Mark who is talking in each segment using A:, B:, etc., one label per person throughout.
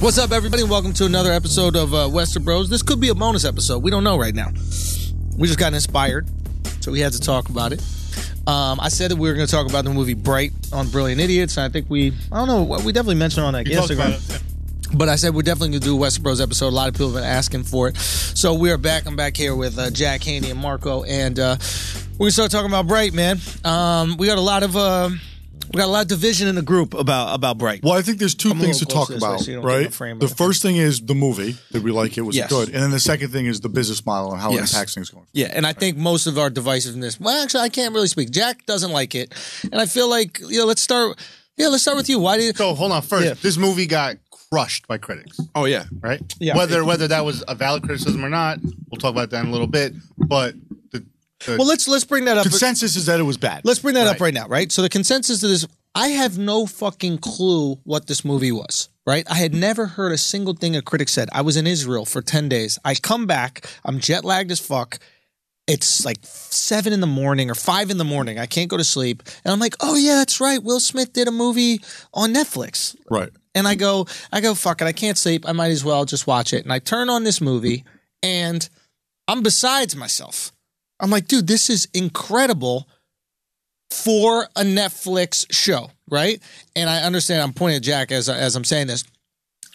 A: What's up, everybody? Welcome to another episode of uh, Western Bros. This could be a bonus episode. We don't know right now. We just got inspired, so we had to talk about it. Um, I said that we were going to talk about the movie Bright on Brilliant Idiots, and I think we, I don't know, we definitely mentioned on that
B: You talked about
A: Instagram.
B: it. Yeah.
A: But I said we're definitely going to do a Western Bros episode. A lot of people have been asking for it. So we are back. I'm back here with uh, Jack Haney and Marco. And uh, we're going to start talking about Bright, man. Um, we got a lot of. Uh, we got a lot of division in the group about about Bright.
C: Well, I think there's 2
A: a
C: things to
A: little close
C: talk
A: to this way
C: about,
A: so you don't get
C: right?
A: the frame of
C: The
A: it.
C: first thing is the movie. Did we like it? Was
A: Yes.
C: it good? And then the second thing is the business model and how
A: Yes.
C: it impacts things going forward.
A: Yeah, and I think most of our divisiveness. Well, actually, I can't really speak. Jack doesn't like it, and I feel like you know. Let's start. Yeah, let's start with you. Why did?
B: So hold on. First,
A: Yeah.
B: this movie got crushed by critics,
D: Oh yeah,
B: right?
A: Yeah.
B: Whether whether that was a valid criticism or not, we'll talk about that in a little bit. But the, the
A: Well, let's let's bring that up.
C: Consensus is that it was bad.
A: Let's bring that up
B: Right.
A: right now, right? So the consensus to this, I have no fucking clue what this movie was, right? I had never heard a single thing a critic said. I was in Israel for ten days. I come back. I'm jet lagged as fuck. It's like seven in the morning or five in the morning. I can't go to sleep, and I'm like, oh yeah, that's right. Will Smith did a movie on Netflix.
C: Right.
A: and I go, I go, fuck it, I can't sleep. I might as well just watch it. And I turn on this movie, and I'm besides myself. I'm like, dude, this is incredible for a Netflix show, right? And I understand. I'm pointing at Jack as as I'm saying this.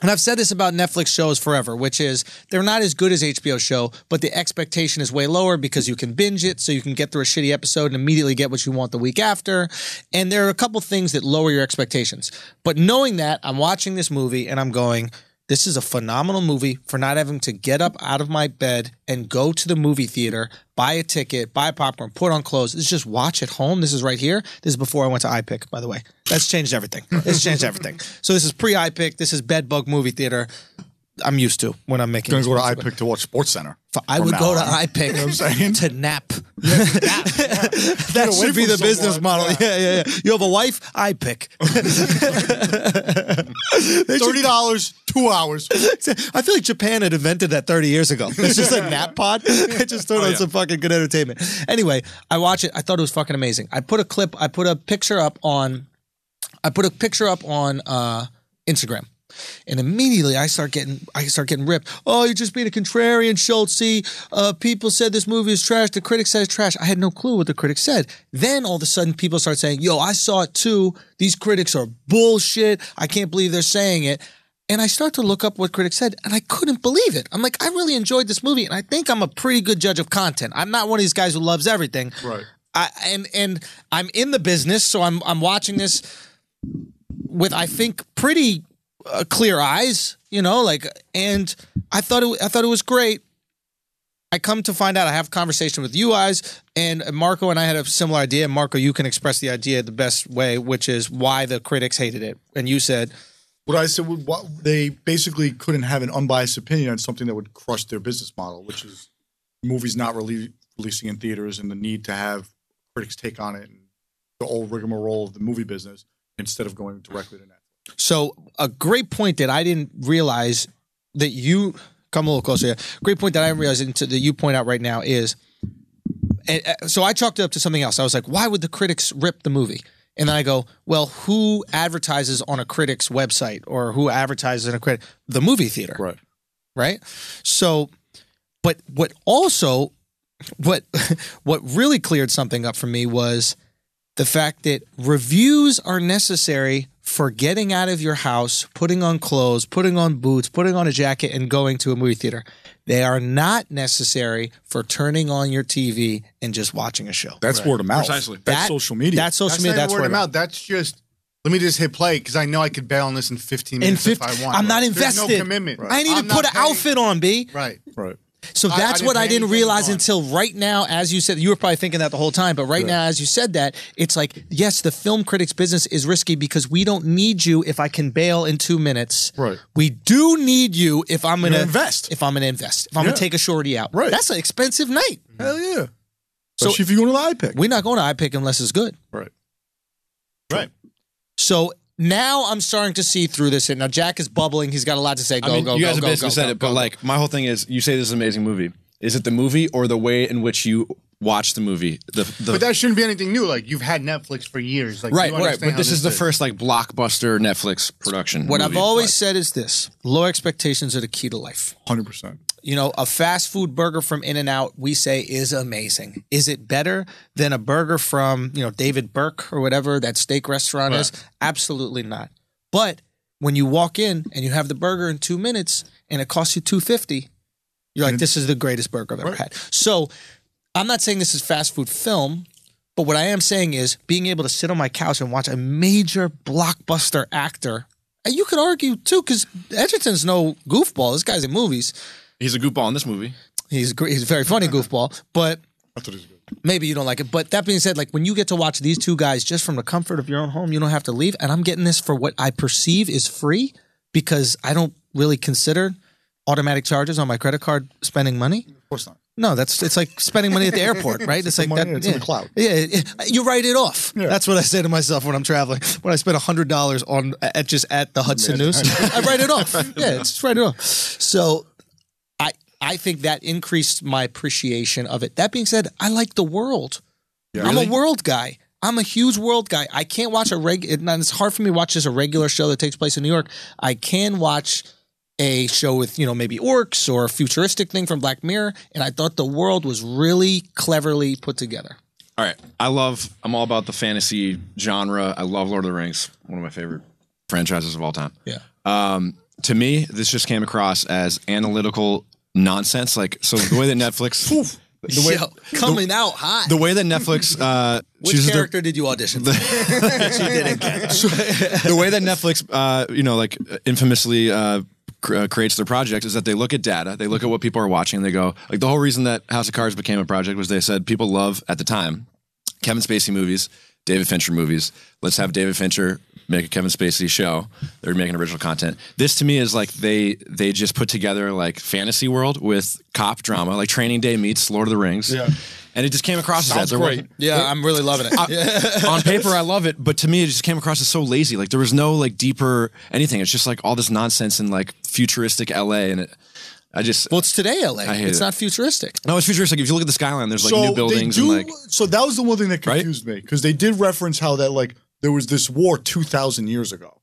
A: And I've said this about Netflix shows forever, which is they're not as good as HBO show, but the expectation is way lower because you can binge it, so you can get through a shitty episode and immediately get what you want the week after. And there are a couple things that lower your expectations. But knowing that, I'm watching this movie and I'm going, this is a phenomenal movie for not having to get up out of my bed and go to the movie theater, buy a ticket, buy popcorn, put on clothes. It's just watch at home. This is right here. This is before I went to iPick, by the way. That's changed everything. It's changed everything. So this is pre iPick. This is bedbug movie theater. I'm used to when I'm making.
C: Going
A: these
C: to go to
A: movies, but
C: iPick to watch Sports Center.
A: I would
C: now
A: go to
C: on.
A: iPick
C: saying?
A: to nap. that
C: away
A: should be
C: from
A: the business
C: someone.
A: model. Yeah. yeah, yeah, You have a wife, iPick.
C: Thirty dollars, two hours.
A: I feel like Japan had invented that 30 years ago. It's just a nap pod. It just throw on some fucking good entertainment. Anyway, I watch it. I thought it was fucking amazing. I put a clip. I put a picture up on. I put a picture up on uh, Instagram. And immediately I start getting I start getting ripped. Oh, you're just being a contrarian, Schultzy. Uh, people said this movie is trash. The critics said it's trash. I had no clue what the critics said. Then all of a sudden people start saying, "Yo, I saw it too. These critics are bullshit. I can't believe they're saying it." And I start to look up what critics said, and I couldn't believe it. I'm like, I really enjoyed this movie, and I think I'm a pretty good judge of content. I'm not one of these guys who loves everything.
C: Right.
A: I, and and I'm in the business, so I'm I'm watching this with I think pretty uh, clear eyes, you know, like and I thought it, I thought it was great. I come to find out I have a conversation with you guys and Marco and I had a similar idea. Marco, you can express the idea the best way, which is why the critics hated it. And you said,
C: What I said, what, what, they basically couldn't have an unbiased opinion on something that would crush their business model, which is movies not rele- releasing in theaters and the need to have critics take on it and the old rigmarole of the movie business instead of going directly to Netflix.
A: So a great point that I didn't realize that you come a little closer. Here. Great point that I didn't realize and to- that you point out right now is. And, uh, so I chalked it up to something else. I was like, why would the critics rip the movie? And then I go, well, who advertises on a critic's website or who advertises in a critic? The movie theater,
C: Right.
A: right? So, but what also what what really cleared something up for me was the fact that reviews are necessary for getting out of your house, putting on clothes, putting on boots, putting on a jacket, and going to a movie theater. They are not necessary for turning on your TV and just watching a show.
C: That's word of mouth.
D: Precisely.
C: That's
A: That-
C: social media.
A: That's social
B: that's
A: media.
B: not
A: That's
B: word of mouth. That's just let me just hit play because I know I could bail on this in 15
A: In
B: minutes
A: 50,
B: if I want.
A: I'm not
B: There's
A: invested.
B: No commitment.
A: I didn't even
B: I'm
A: put an
B: not paying-
A: outfit on, B.
B: Right.
C: right.
A: So
B: I- I
A: that's
B: didn't
A: what I
B: pay
A: didn't
B: anything
A: realize
B: on it.
A: until right now, as you said, you were probably thinking that the whole time, but right now, as you said that, it's like, yes, the film critics business is risky because we don't need you if I can bail in two minutes.
C: Right.
A: We do need you if I'm gonna
C: You're invest.
A: If I'm gonna invest. If I'm gonna
C: Yeah.
A: take a shorty out.
C: Right.
A: That's an expensive night.
C: Hell yeah. So if you're going to the iPick.
A: We're not going to iPick unless it's good.
C: right.
B: Right.
A: So now I'm starting to see through this. And now Jack is bubbling. He's got a lot to say. Go,
D: I mean,
A: go,
D: you
A: go,
D: guys
A: go,
D: have basically
A: go,
D: said
A: go,
D: it, but
A: go.
D: like my whole thing is, you say this is an amazing movie. Is it the movie or the way in which you watch the movie. The, the
B: but that shouldn't be anything new. Like you've had Netflix for years. Like
D: right,
B: you
D: right.
B: understand
D: But
B: how
D: this is the first like blockbuster Netflix production.
A: What I've
D: movie.
A: always said is this low expectations are the key to life.
C: Hundred percent.
A: You know, a fast food burger from In N Out, we say, is amazing. Is it better than a burger from, you know, David Burke or whatever that steak restaurant is? Absolutely not. But when you walk in and you have the burger in two minutes and it costs you two fifty, you're like, this is the greatest burger I've ever had. So I'm not saying this is fast food film, but what I am saying is being able to sit on my couch and watch a major blockbuster actor. And you could argue too, because Edgerton's no goofball. This guy's in movies.
D: he's a goofball in this movie.
A: He's gr- he's a very funny goofball, but
C: I thought it was good.
A: maybe you don't like it. But that being said, like when you get to watch these two guys just from the comfort of your own home, you don't have to leave. And I'm getting this for what I perceive is free because I don't really consider automatic charges on my credit card spending money.
C: Of course not.
A: No, that's it's like spending money at the airport, right? It's, like
C: money,
A: that.
C: it's
A: yeah.
C: in the cloud.
A: Yeah, it- it- you write it off.
C: Yeah.
A: That's what I say to myself when I'm traveling. When I spend hundred dollars on at just at the Hudson News, I write it off. Yeah, it's just write it off. So, I I think that increased my appreciation of it. That being said, I like the world. I'm a world guy. I'm a huge world guy. I can't watch a reg. it- and It's hard for me to watch just a regular show that takes place in New York. I can watch a show with you know maybe orcs or a futuristic thing from Black Mirror, and I thought the world was really cleverly put together.
D: All right. I love, I'm all about the fantasy genre. I love Lord of the Rings, one of my favorite franchises of all time.
A: Yeah.
D: Um, to me, this just came across as analytical nonsense. Like, so the way that Netflix, the, way,
A: coming out hot.
D: the way that Netflix uh,
A: Which
D: chooses their,
A: character did you audition? for? she did it. again.
D: the way that Netflix, uh, you know, like infamously uh, cr- uh, creates their project is that they look at data, they look at what people are watching, and they go, like, the whole reason that House of Cards became a project was they said people love at the time Kevin Spacey movies, David Fincher movies. Let's have David Fincher make a Kevin Spacey show. They're making original content. This to me is like they they just put together like fantasy world with cop drama, like Training Day meets Lord of the Rings. Yeah. And it just came across as that. There were-
C: great.
A: Yeah, I'm really loving it.
D: on paper I love it, but to me it just came across as so lazy. Like there was no like deeper anything. It's just like all this nonsense and like futuristic LA and it, I just
A: well, it's today, LA.
D: hate
A: It's
D: it.
A: not futuristic.
D: no, it's futuristic. If you look at the skyline, there's like new buildings
C: they do,
D: and like
C: so that was the one thing that
D: Right?
C: confused me because they did reference how that like there was this war two thousand years ago,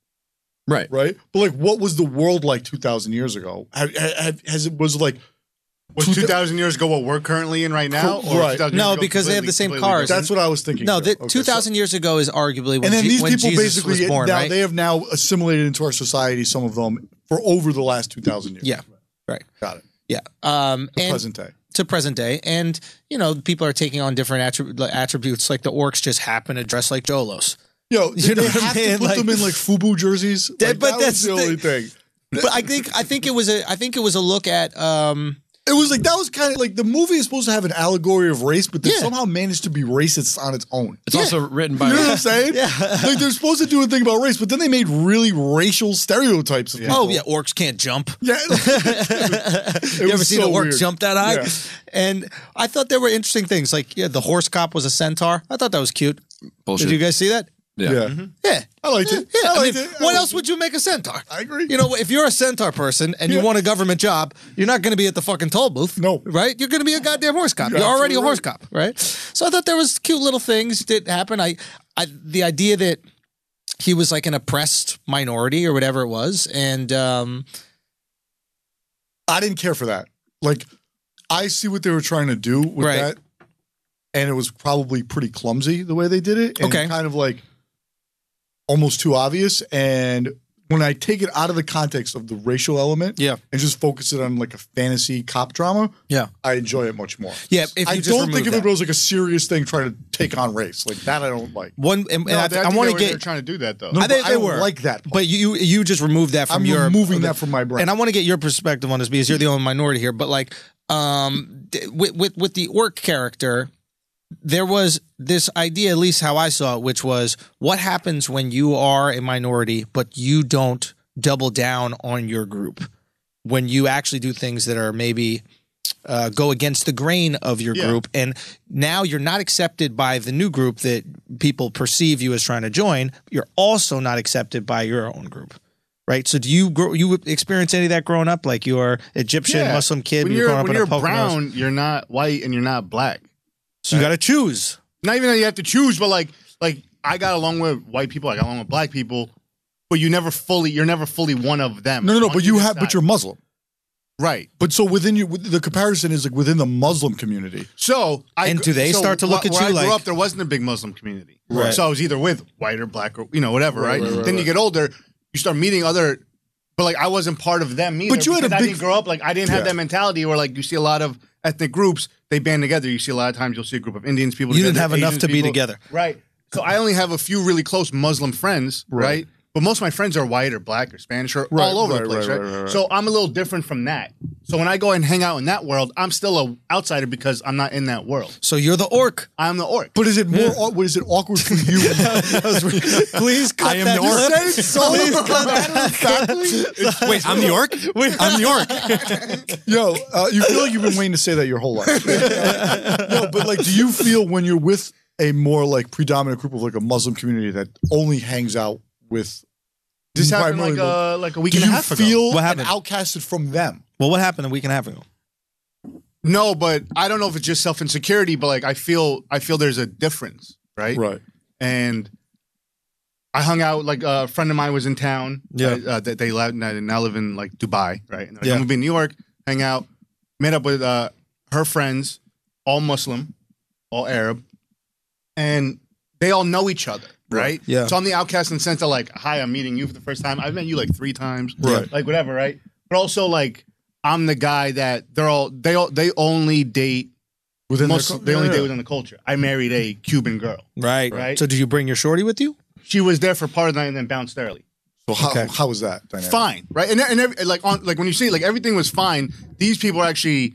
D: right.
C: right? But like, what was the world like two thousand years ago? Have, have, has it was like
B: was two thousand years ago what we're currently in right now.
C: Cool, right.
B: 2000 years
A: No,
B: ago
A: because they have
B: completely-
A: the same
B: completely
A: cars.
B: different?
C: that's what I was thinking.
A: No,
C: too.
A: that
C: Okay, so-
A: 2,000 years ago is arguably when,
C: and then
A: Je-
C: these
A: when
C: people
A: Jesus
C: basically
A: was born,
C: now
A: right?
C: they have now assimilated into our society. Some of them for over the last two thousand years.
A: Yeah. Right.
C: got it.
A: Yeah. Um, and
C: Present day.
A: to present day, and you know, people are taking on different attrib- like, attributes. Like the orcs just happen to dress like Jolos.
C: Yo, did
A: know
C: they
A: what I
C: have
A: mean?
C: to put
A: Like-
C: them in like FUBU jerseys.
A: That-
C: Like,
A: but
C: that
A: that's
C: was the
A: the-
C: only thing.
A: But I think I think it was a I think it was a look at um,
C: It was like that was kind of like the movie is supposed to have an allegory of race, but they
A: Yeah.
C: somehow managed to be racist on its own.
D: It's also written by
C: You know what I'm saying?
A: Yeah.
C: Like they're supposed to do a thing about race, but then they made really racial stereotypes. Of
A: oh
C: people.
A: yeah, orcs can't jump.
C: yeah.
A: you ever
C: was
A: seen
C: so
A: an orc
C: weird.
A: jump that high?
C: Yeah.
A: And I thought there were interesting things. Like yeah, the horse cop was a centaur. I thought that was cute.
D: bullshit.
A: Did you guys see that?
D: yeah.
C: yeah.
A: Yeah.
C: I liked it.
A: Mm-hmm. Yeah,
C: I
A: I
C: liked
A: mean,
C: it. I
A: what
C: liked
A: else would you make a centaur?
C: I agree.
A: You know, if you're a centaur person and you
C: Yeah.
A: want a government job, you're not going to be at the fucking toll booth.
C: No.
A: Right? You're going to be a goddamn horse cop. You're,
C: You're
A: already a
C: absolutely
A: horse cop, right? So I thought there was cute little things that happened. I, I the idea that he was like an oppressed minority or whatever it was, and um,
C: I didn't care for that. Like, I see what they were trying to do with
A: Right.
C: that, and it was probably pretty clumsy the way they did it. And
A: Okay.
C: kind of like almost too obvious. And when I take it out of the context of the racial element,
A: Yeah.
C: and just focus it on like a fantasy cop drama,
A: Yeah.
C: I enjoy it much more.
A: Yeah, if
C: I
A: you just
C: don't
A: remove
C: think of
A: that.
C: it as like a serious thing trying to take on race like that. I don't like.
A: one, and, and
B: No,
A: I,
B: they- I
A: I
B: think
A: want to
B: they were- they were
A: get,
B: trying to do that though.
A: I think
C: but
A: they
C: don't
A: were.
C: like that. part.
A: but you you just removed that from
C: I'm
A: your
C: removing that from my brain.
A: And I want to get your perspective on this because you're the only minority here. But like, um, d- with with with the orc character, there was this idea, at least how I saw it, which was what happens when you are a minority but you don't double down on your group when you actually do things that are maybe. Uh, go against the grain of your
B: Yeah.
A: group, and now you're not accepted by the new group that people perceive you as trying to join. You're also not accepted by your own group right? So do you grow, you experience any of that growing up, like your Egyptian
B: Yeah.
A: Muslim kid
B: when
A: you
B: you're
A: growing up in
B: when you're
A: a Poconos?
B: brown, you're not white and you're not black.
A: So you got to choose.
B: Not even that you have to choose, but like like I got along with white people, I got along with black people, but you never fully you're never fully one of them.
C: No, no, no.
B: Once
C: But you have,
B: decide-
C: but you're Muslim.
B: right.
C: But so within you, the comparison is like within the Muslim community.
B: So I
E: And
B: gr-
E: do they
B: so
E: start to look
B: wh-
E: at
B: where
E: you
B: I
E: like-
B: grew up, there wasn't a big Muslim community,
C: Right.
B: so I was either with white or black or you know whatever. Right.
C: right, right,
B: then you
C: right.
B: get older, you start meeting other, but like I wasn't part of them either.
C: But you had a
B: because I
C: big-
B: didn't grow up like I didn't have that mentality where like you see a lot of ethnic groups they band together. You see a lot of times you'll see a group of Indians people.
E: You didn't
B: together,
E: have enough
B: Asian
E: to be
B: people.
E: together.
B: Right. So I only have a few really close Muslim friends. Right. But most of my friends are white or black or Spanish or
C: Right,
B: all over
C: right,
B: the place,
C: right,
B: right,
C: right, right, right.
B: So I'm a little different from that. So when I go and hang out in that world, I'm still a outsider because I'm not in that world.
E: So you're the orc.
B: I'm the orc.
C: But is it more? au- What is it awkward for you?
E: Please cut
D: I am
E: that
D: the orc.
E: clip.
C: That is so-
D: Wait, I'm the orc. Wait, I'm the orc.
C: Yo, uh, you feel like you've been waiting to say that your whole life. no, but like, do you feel when you're with a more like predominant group of like a Muslim community that only hangs out with?
B: This happened like
C: primarily-
B: a like a week
C: Do
B: and a
C: you
B: half ago.
C: feel
E: What
C: and
E: happened?
C: outcasted from them?
E: Well, what happened a week and a half ago?
B: No, but I don't know if it's just self insecurity, but like I feel I feel there's a difference, right? And I hung out like a friend of mine was in town.
E: Yeah.
B: uh, uh, that they live, now, now live in like Dubai, right? And they're like,
E: Yeah.
B: I'm gonna be in New York, hang out, met up with uh, her friends, all Muslim, all Arab, and they all know each other, right?
E: Yeah.
B: So I'm the outcast in the sense of like, hi, I'm meeting you for the first time. I've met you like three times,
C: Right.
B: Like whatever, right? But also like I'm the guy that they're all they all they only date
C: Within their
B: most
C: co-
B: they only
C: yeah,
B: date
C: yeah.
B: within the culture. I married a Cuban girl.
E: Right.
B: Right.
E: So did you bring your shorty with you?
B: She was there for part of the night and then bounced early.
C: So how
E: Okay.
C: how was that? Dynamic?
B: fine, right? And, and every, like on like when you see like everything was fine. These people are actually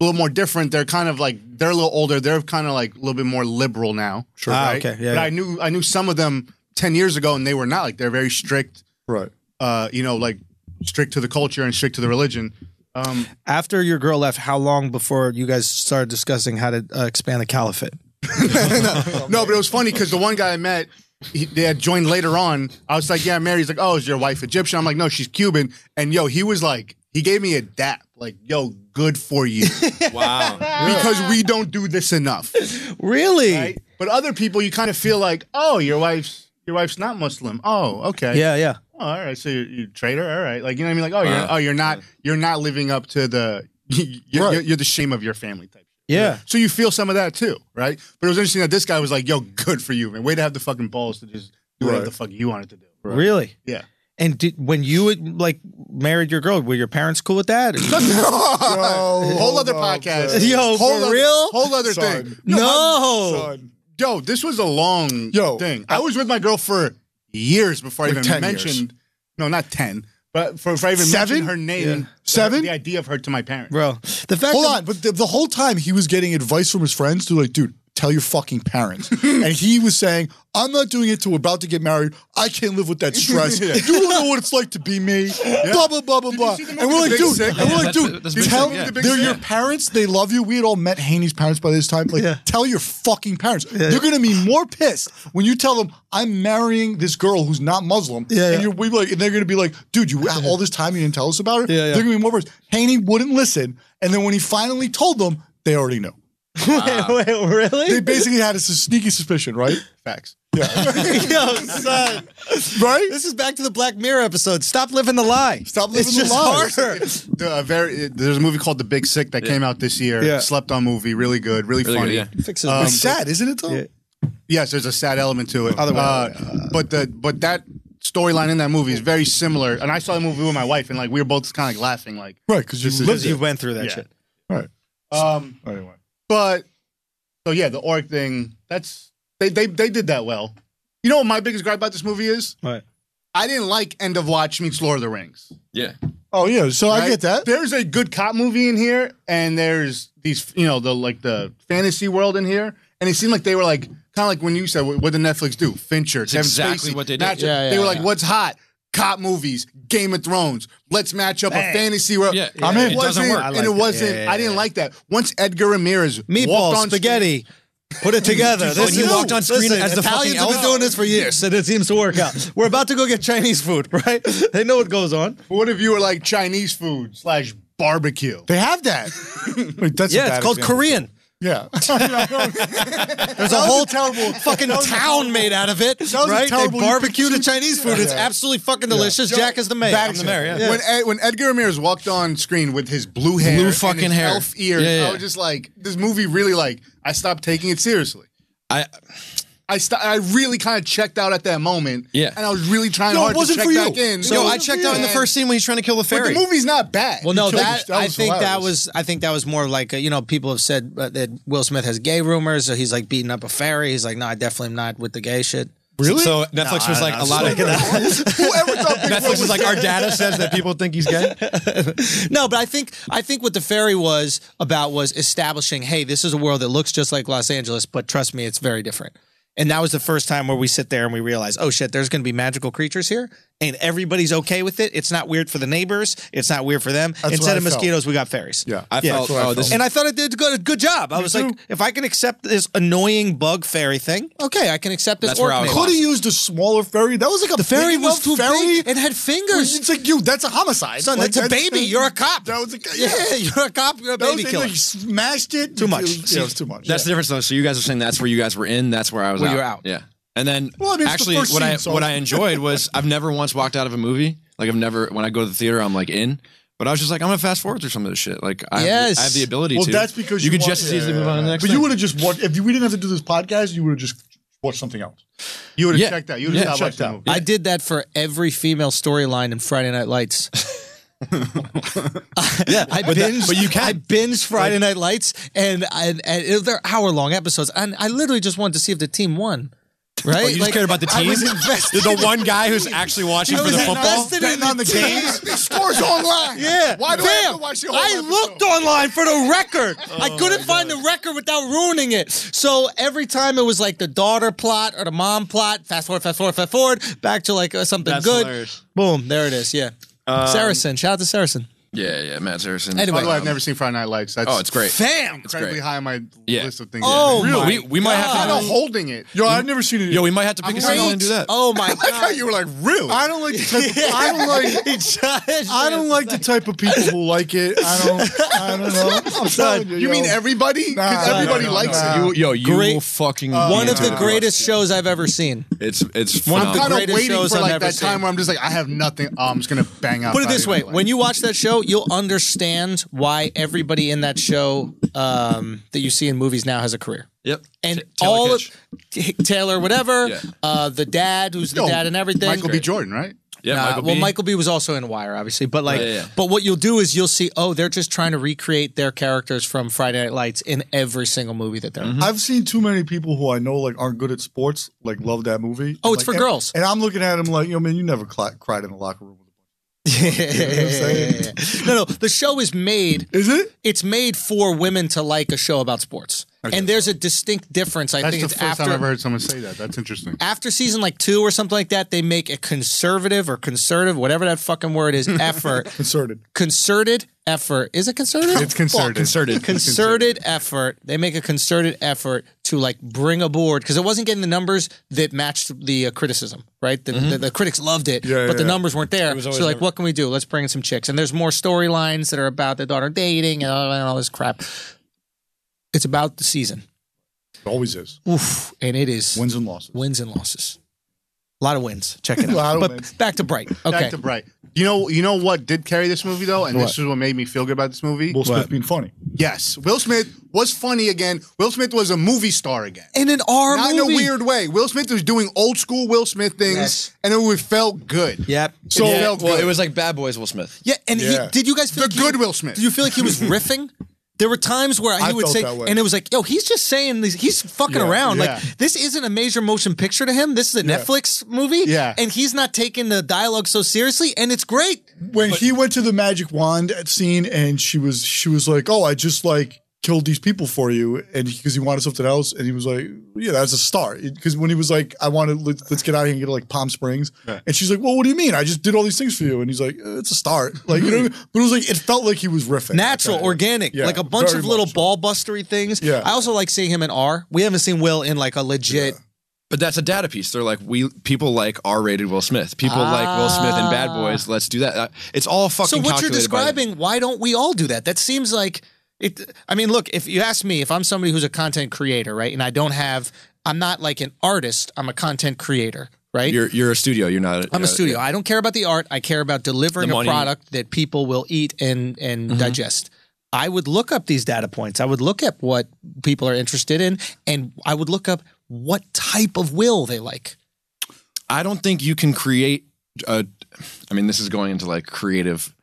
B: a little more different. They're kind of like they're a little older. They're kind of like a little bit more liberal now. Sure.
E: Ah, okay. Yeah,
B: But
E: yeah.
B: I knew I knew some of them ten years ago, and they were not like they're very strict.
C: Right.
B: Uh, you know, like strict to the culture and strict to the religion. Um,
E: After your girl left, how long before you guys started discussing how to uh, expand the caliphate?
B: no, but it was funny because the one guy I met, he, they had joined later on. I was like, "Yeah, Mary." He's like, "Oh, is your wife Egyptian?" I'm like, "No, she's Cuban." And yo, he was like, he gave me a dap, like, "Yo, good for you,"
D: Wow.
B: because we don't do this enough.
E: Really?
B: right? But other people, you kind of feel like, oh, your wife's your wife's not Muslim. Oh, okay.
E: Yeah, yeah.
B: Oh, all right. So you're, you're a traitor. All right. Like you know what I mean? Like oh,
D: Wow.
B: you're oh you're not you're not living up to the you're,
C: Right.
B: you're, you're the shame of your family type.
E: Yeah.
B: So you feel some of that too, right? But it was interesting that this guy was like, yo, good for you, man. Way to have the fucking balls to just do whatever
C: Right.
B: the fuck you wanted to do.
E: Really?
B: Yeah.
E: And did, when you like married your girl, were your parents cool with that?
B: whole other
C: hold up,
B: podcast.
C: bro.
E: Yo,
B: whole
E: for
B: other,
E: real?
B: Whole other
C: Son.
B: thing.
E: No.
B: Yo, this was a long
C: Yo,
B: thing. I was with my girl for years before
C: Like
B: I
C: 10
B: even mentioned. No, not ten, but for, before I even
C: Seven?
B: mentioned her name,
E: Yeah.
B: the-
C: Seven?
B: the idea of her to my parents.
E: Bro, the fact
C: Hold
E: that-
C: on, but the, the whole time he was getting advice from his friends to like, dude, tell your fucking parents. and he was saying, I'm not doing it till we're about to get married. I can't live with that stress. You don't know what it's like to be me. Blah blah blah blah blah.
B: see the
C: And
B: movie
C: we're like,
B: The Big
C: dude,
B: Sick?
C: and we're like,
D: That's the-
C: dude,
D: that's the Big
C: tell
D: Sick, yeah.
C: them
D: The Big
C: they're
D: Sick.
C: your parents, they love you. We had all met Haney's parents by this time. Like,
E: Yeah.
C: tell your fucking parents. They're gonna be more pissed when you tell them I'm marrying this girl who's not Muslim.
E: Yeah, yeah.
C: And you're we like and they're gonna be like, dude, you all this time you didn't tell us about her.
E: Yeah, yeah.
C: They're gonna be more pissed. Haney wouldn't listen, and then when he finally told them, they already knew.
E: Wait, wait, really?
C: They basically had a s- sneaky suspicion, right?
B: Facts.
E: Yo, son.
C: Right?
E: This is back to the Black Mirror episode. Stop living the lie.
C: Stop living
E: it's
C: the
E: just
C: lie.
E: harder.
B: The, uh, very, uh, there's a movie called The Big Sick that came out this year.
E: Yeah.
B: Slept on movie, really good, really,
D: Really good,
B: funny.
D: yeah.
E: Fix his
C: It's sad, isn't it though?
E: Yeah.
B: Yes, there's a sad element to it. uh, but the but that storyline in that movie is very similar. And I saw the movie with my wife, and like we were both kind of laughing, like
C: Right, because you
B: This is-
C: lived
E: Because
C: it.
E: you went through that
B: Yeah.
E: shit.
C: Right.
B: um.
C: Anyway.
B: But so yeah, the orc thing. That's they they they did that well. You know what my biggest gripe about this movie is?
E: Right.
B: I didn't like End of Watch meets Lord of the Rings.
D: Yeah.
C: Oh yeah, so I
B: right?
C: get that.
B: There's a good cop movie in here, and there's these you know the like the fantasy world in here, and it seemed like they were like kind of like when you said what, what did Netflix do? Fincher, Kevin
D: exactly
B: Spacey,
D: what they did.
B: match-
A: Yeah,
B: they
A: yeah,
B: were like,
A: yeah.
B: what's hot? Cop movies, Game of Thrones. Let's match up a fantasy world.
D: Yeah,
B: I
D: I'm
B: mean,
D: in.
B: It
D: It doesn't
B: wasn't,
D: work. I
B: and
E: like
B: it
E: that.
B: wasn't.
E: Yeah, yeah,
B: I didn't like that. Once Edgar Ramirez walked
E: Meatballs,
B: on screen-
E: spaghetti. Put it together.
A: Oh,
D: When he walked on screen as the
E: Italians
D: fucking
E: have been
D: elf.
E: doing this for years, and it seems to work out. We're about to go get Chinese food, right? They know what goes on.
B: But What if you were like Chinese food slash barbecue?
C: They have that. Wait, that's a
E: Yeah,
C: bad
E: it's called
C: example.
E: Korean.
C: Yeah.
A: There's a whole terrible fucking town made out of it,
C: was a
A: right? They
C: terrible-
A: barbecue the Chinese food. It's
C: Yeah.
A: absolutely fucking delicious.
C: Yo,
A: Jack is the mayor.
B: back
A: I'm the
B: to-
A: mayor. Yeah.
B: When Ed, when Edgar Ramirez walked on screen with his blue hair,
D: Blue
B: and
D: fucking
B: his
D: hair.
B: elf ears,
D: Yeah, yeah,
B: I
D: yeah.
B: was just like, this movie really like I stopped taking it seriously.
D: I
B: I st- I really kind of checked out at that moment.
D: Yeah.
B: and I was really trying
C: Yo, it
B: hard
C: wasn't
B: to check
C: for you.
B: back in.
D: so I checked out in the
B: And-
D: first scene when he's trying to kill the
B: But
D: fairy.
B: the movie's not bad.
A: Well, no,
C: killed
A: that,
C: his- that
A: I
C: was
A: think that
C: hilarious.
A: was I think that was more like uh, you know people have said uh, that Will Smith has gay rumors, so he's like beating up a fairy. He's like, no, I definitely am not with the gay shit.
D: really? So Netflix was like a lot of
B: Whoever thought Big Bro
D: Netflix was like our data says that people think he's gay.
A: No, but I think I think what the fairy was about was establishing, hey, this is a world that looks just like Los Angeles, but trust me, it's very different. And that was the first time where we sit there and we realize, oh shit, there's going to be magical creatures here, and everybody's okay with it. It's not weird for the neighbors. It's not weird for them.
C: what
A: Instead
C: I
A: of
C: felt.
A: mosquitoes, we got fairies.
C: yeah.
D: I
A: Yeah,
D: felt
C: that's what I
D: oh this
C: felt.
A: And I thought it did a good, good job. I was like,
C: too.
A: if I can accept this annoying bug fairy thing, okay, I can accept this.
D: That's where I
A: orc
D: was
A: neighbor.
C: Could have used a smaller ferry. That was like a
A: The fairy
C: big
A: was
C: enough
A: too
C: ferry.
A: big. It had fingers.
C: It's like you. That's a homicide.
A: Son,
C: Like,
A: that's a baby. You're a cop.
C: That was a yeah.
A: yeah, you're a cop. You're a
C: That was
A: baby
C: like,
A: killer.
C: Like, smashed it.
A: Too much.
C: It was, yeah, it was too much.
D: That's
C: yeah.
D: the difference, though. So you guys are saying that's where you guys were in. That's where I was.
A: Where
D: out.
A: you were out.
D: Yeah. And then
C: Well, I mean, it's the
D: actually,
C: first
D: what I
C: scene, so-
D: what I enjoyed was I've never once walked out of a movie. Like I've never when I go to the theater, I'm like in. But I was just like, I'm gonna fast forward through some of this shit. Like I, have-
A: Yes.
D: I have the ability
C: Well,
D: to.
C: that's because
D: you, could
C: wa-
D: just as
C: yeah,
D: easily
C: yeah,
D: move on to the
C: yeah.
D: next.
C: But
D: thing.
C: you would have just watched. If you- we didn't have to do this podcast, you would have just watched something else.
B: You would have
D: Yeah.
B: checked out. You would have
D: Yeah,
B: stopped
C: checked out.
B: watching.
A: I did that for every female storyline in Friday Night Lights. yeah, I
D: but that-
A: binged.
D: but you can.
A: I binged Friday Night Lights, and and, and it- they're hour long episodes, and I literally just wanted to see if the team won. Right?
D: Oh, you just cared about the
A: I
D: team.
A: was invested.
D: the one guy who's actually watching
A: I
D: for
A: was
D: the football.
A: invested in the, team.
B: Scores online.
A: Yeah.
B: Why do I have
A: Damn.
B: to watch the whole
A: I
B: episode? Oh
A: looked online for the record. I couldn't find the record without ruining it. So every time it was like the daughter plot or the mom plot, fast forward, fast forward, fast forward, back to like uh, something
D: That's
A: good.
D: hilarious. Um,
A: Boom, there it is. Yeah. Saracen. Shout out to Saracen.
D: Yeah, yeah, Matt Saracen.
A: Anyway.
B: By the way, I've never seen Friday Night Lights. That's
D: Oh, it's great.
A: Fam.
B: incredibly
D: great.
B: high on my
D: Yeah.
B: list of things.
A: Oh, my
D: we we might
B: I'm
D: have
B: not
D: to.
B: holding it.
C: Yo, I've never seen it.
D: Yo, we might have to pick a
B: Great.
D: scene and do that.
A: Oh my
B: I thought
A: god.
B: you were like, really?
C: I don't like. The type, I don't like.
A: He just-
C: I don't like the type of people who like it. I don't. I don't know. I'm telling you.
B: you mean
C: yo.
B: everybody? Because
C: Nah,
B: everybody
C: nah,
B: likes
C: nah.
B: it.
D: You, yo, you
A: Great.
D: fucking.
A: One
D: need
A: of
D: to
A: the
D: watch
A: greatest
D: it.
A: shows I've ever seen.
D: It's it's
B: I'm
D: phenomenal.
B: kind of
A: greatest
B: waiting
A: shows
B: for
A: I've
B: like
A: ever
B: that
A: seen.
B: time where I'm just like, I have nothing. Oh, I'm just gonna bang out.
A: Put it
B: Friday
A: this way:
B: Night Lights.
A: when you watch that show, you'll understand why everybody in that show um, that you see in movies now has a career.
D: Yep.
A: And
D: Ta- Taylor
A: all
D: Kitsch.
A: of T- Taylor, whatever,
D: Yeah.
A: uh, the dad who's the
B: Yo,
A: dad and everything.
B: Michael B. Jordan, right?
D: Yeah,
A: Nah,
D: Michael
A: well,
D: B.
A: Michael B was also in Wire, obviously, but like,
D: Right, yeah, yeah.
A: but what you'll do is you'll see, oh, they're just trying to recreate their characters from Friday Night Lights in every single movie that they're. in.
D: Mm-hmm.
C: I've seen too many people who I know like aren't good at sports like love that movie.
A: Oh, it's
C: Like,
A: for
C: and-
A: girls.
C: And I'm looking at him like, yo, man, you never cli- cried in the locker room.
A: Yeah. no, no. The show is made.
C: Is it?
A: It's made for women to like a show about sports, and there's a distinct difference. I
B: That's
A: think
B: the
A: it's
B: first
A: after
B: time I've ever heard someone say that. That's interesting.
A: after season like two or something like that. They make a conservative or conservative, whatever that fucking word is, effort.
C: Concerted.
A: concerted effort. Is it concerted?
B: It's concerted.
D: concerted.
A: concerted effort. They make a concerted effort to like bring aboard because it wasn't getting the numbers that matched the uh, criticism, right? The, the, the critics loved it,
C: Yeah,
A: but the
C: yeah.
A: numbers weren't there.
D: was
A: So
D: always
A: like,
D: never-
A: what can we do? Let's bring in some chicks. And there's more storylines that are about the daughter dating and all, and all this crap. It's about the season,
C: It always is.
A: Oof, and it is wins.
C: Wins and losses.
A: and losses. A lot of wins. Check it out.
C: Lot of
A: but
C: wins.
A: back to Bright. Okay.
B: Back to Bright. You know, you know what did carry this movie though, and this is what made me feel good about this movie.
C: Will Smith being funny.
B: yes, Will Smith was funny again. Will Smith was a movie star again.
A: in an R
B: Not
A: movie.
B: in a weird way. Will Smith was doing old school Will Smith things,
A: Yes.
B: and it was- felt good.
A: Yep.
B: So
D: Yeah,
B: felt
D: well,
B: good.
D: it was like Bad Boys Will Smith.
A: Yeah, and
C: Yeah.
A: He, did you guys feel
B: the
A: like he-
B: good Will Smith.
A: Do you feel like he was riffing? There were times where he
C: I
A: would
C: felt
A: say,
C: that way.
A: and it was like, yo, he's just saying these, he's fucking
C: Yeah,
A: around.
B: yeah.
A: Like, this isn't a major motion picture to him. This is a Netflix movie.
B: Yeah.
A: And he's not taking the dialogue so seriously, and it's great.
C: When he went to the magic wand scene and she was she was like, Oh, I just like killed these people for you and because he wanted something else and he was like yeah that's a star because when he was like i want to let, let's get out of here and get to like palm springs and she's like well what do you mean i just did all these things for you and he's like "Uh, it's a start like you know what I mean? but it was like it felt like he was riffing
A: Natural,
C: Okay.
A: organic,
C: Yeah,
A: like a bunch
C: very
A: of little
C: much.
A: ball bustery things.
C: Yeah.
A: I also like seeing him in R. We haven't seen Will in like a legit.
D: But that's a data piece. They're like we people like R-rated Will Smith. People like Will Smith and Bad Boys. Let's do that. Uh, it's all fucking.
A: So what you're
D: calculated by them.
A: describing, why don't we all do that? That seems like It. I mean, look. If you ask me, if I'm somebody who's a content creator, right, and I don't have, I'm not like an artist. I'm a content creator, right?
D: You're you're a uh, studio. You're not.
A: I'm a studio. I don't care about the art. I care about delivering
D: The
A: a
D: money. Mm-hmm.
A: product that people will eat and and digest. I would look up these data points. I would look up what people are interested in, and I would look up what type of will they like.
D: I don't think you can create. A, I mean, this is going into like creative.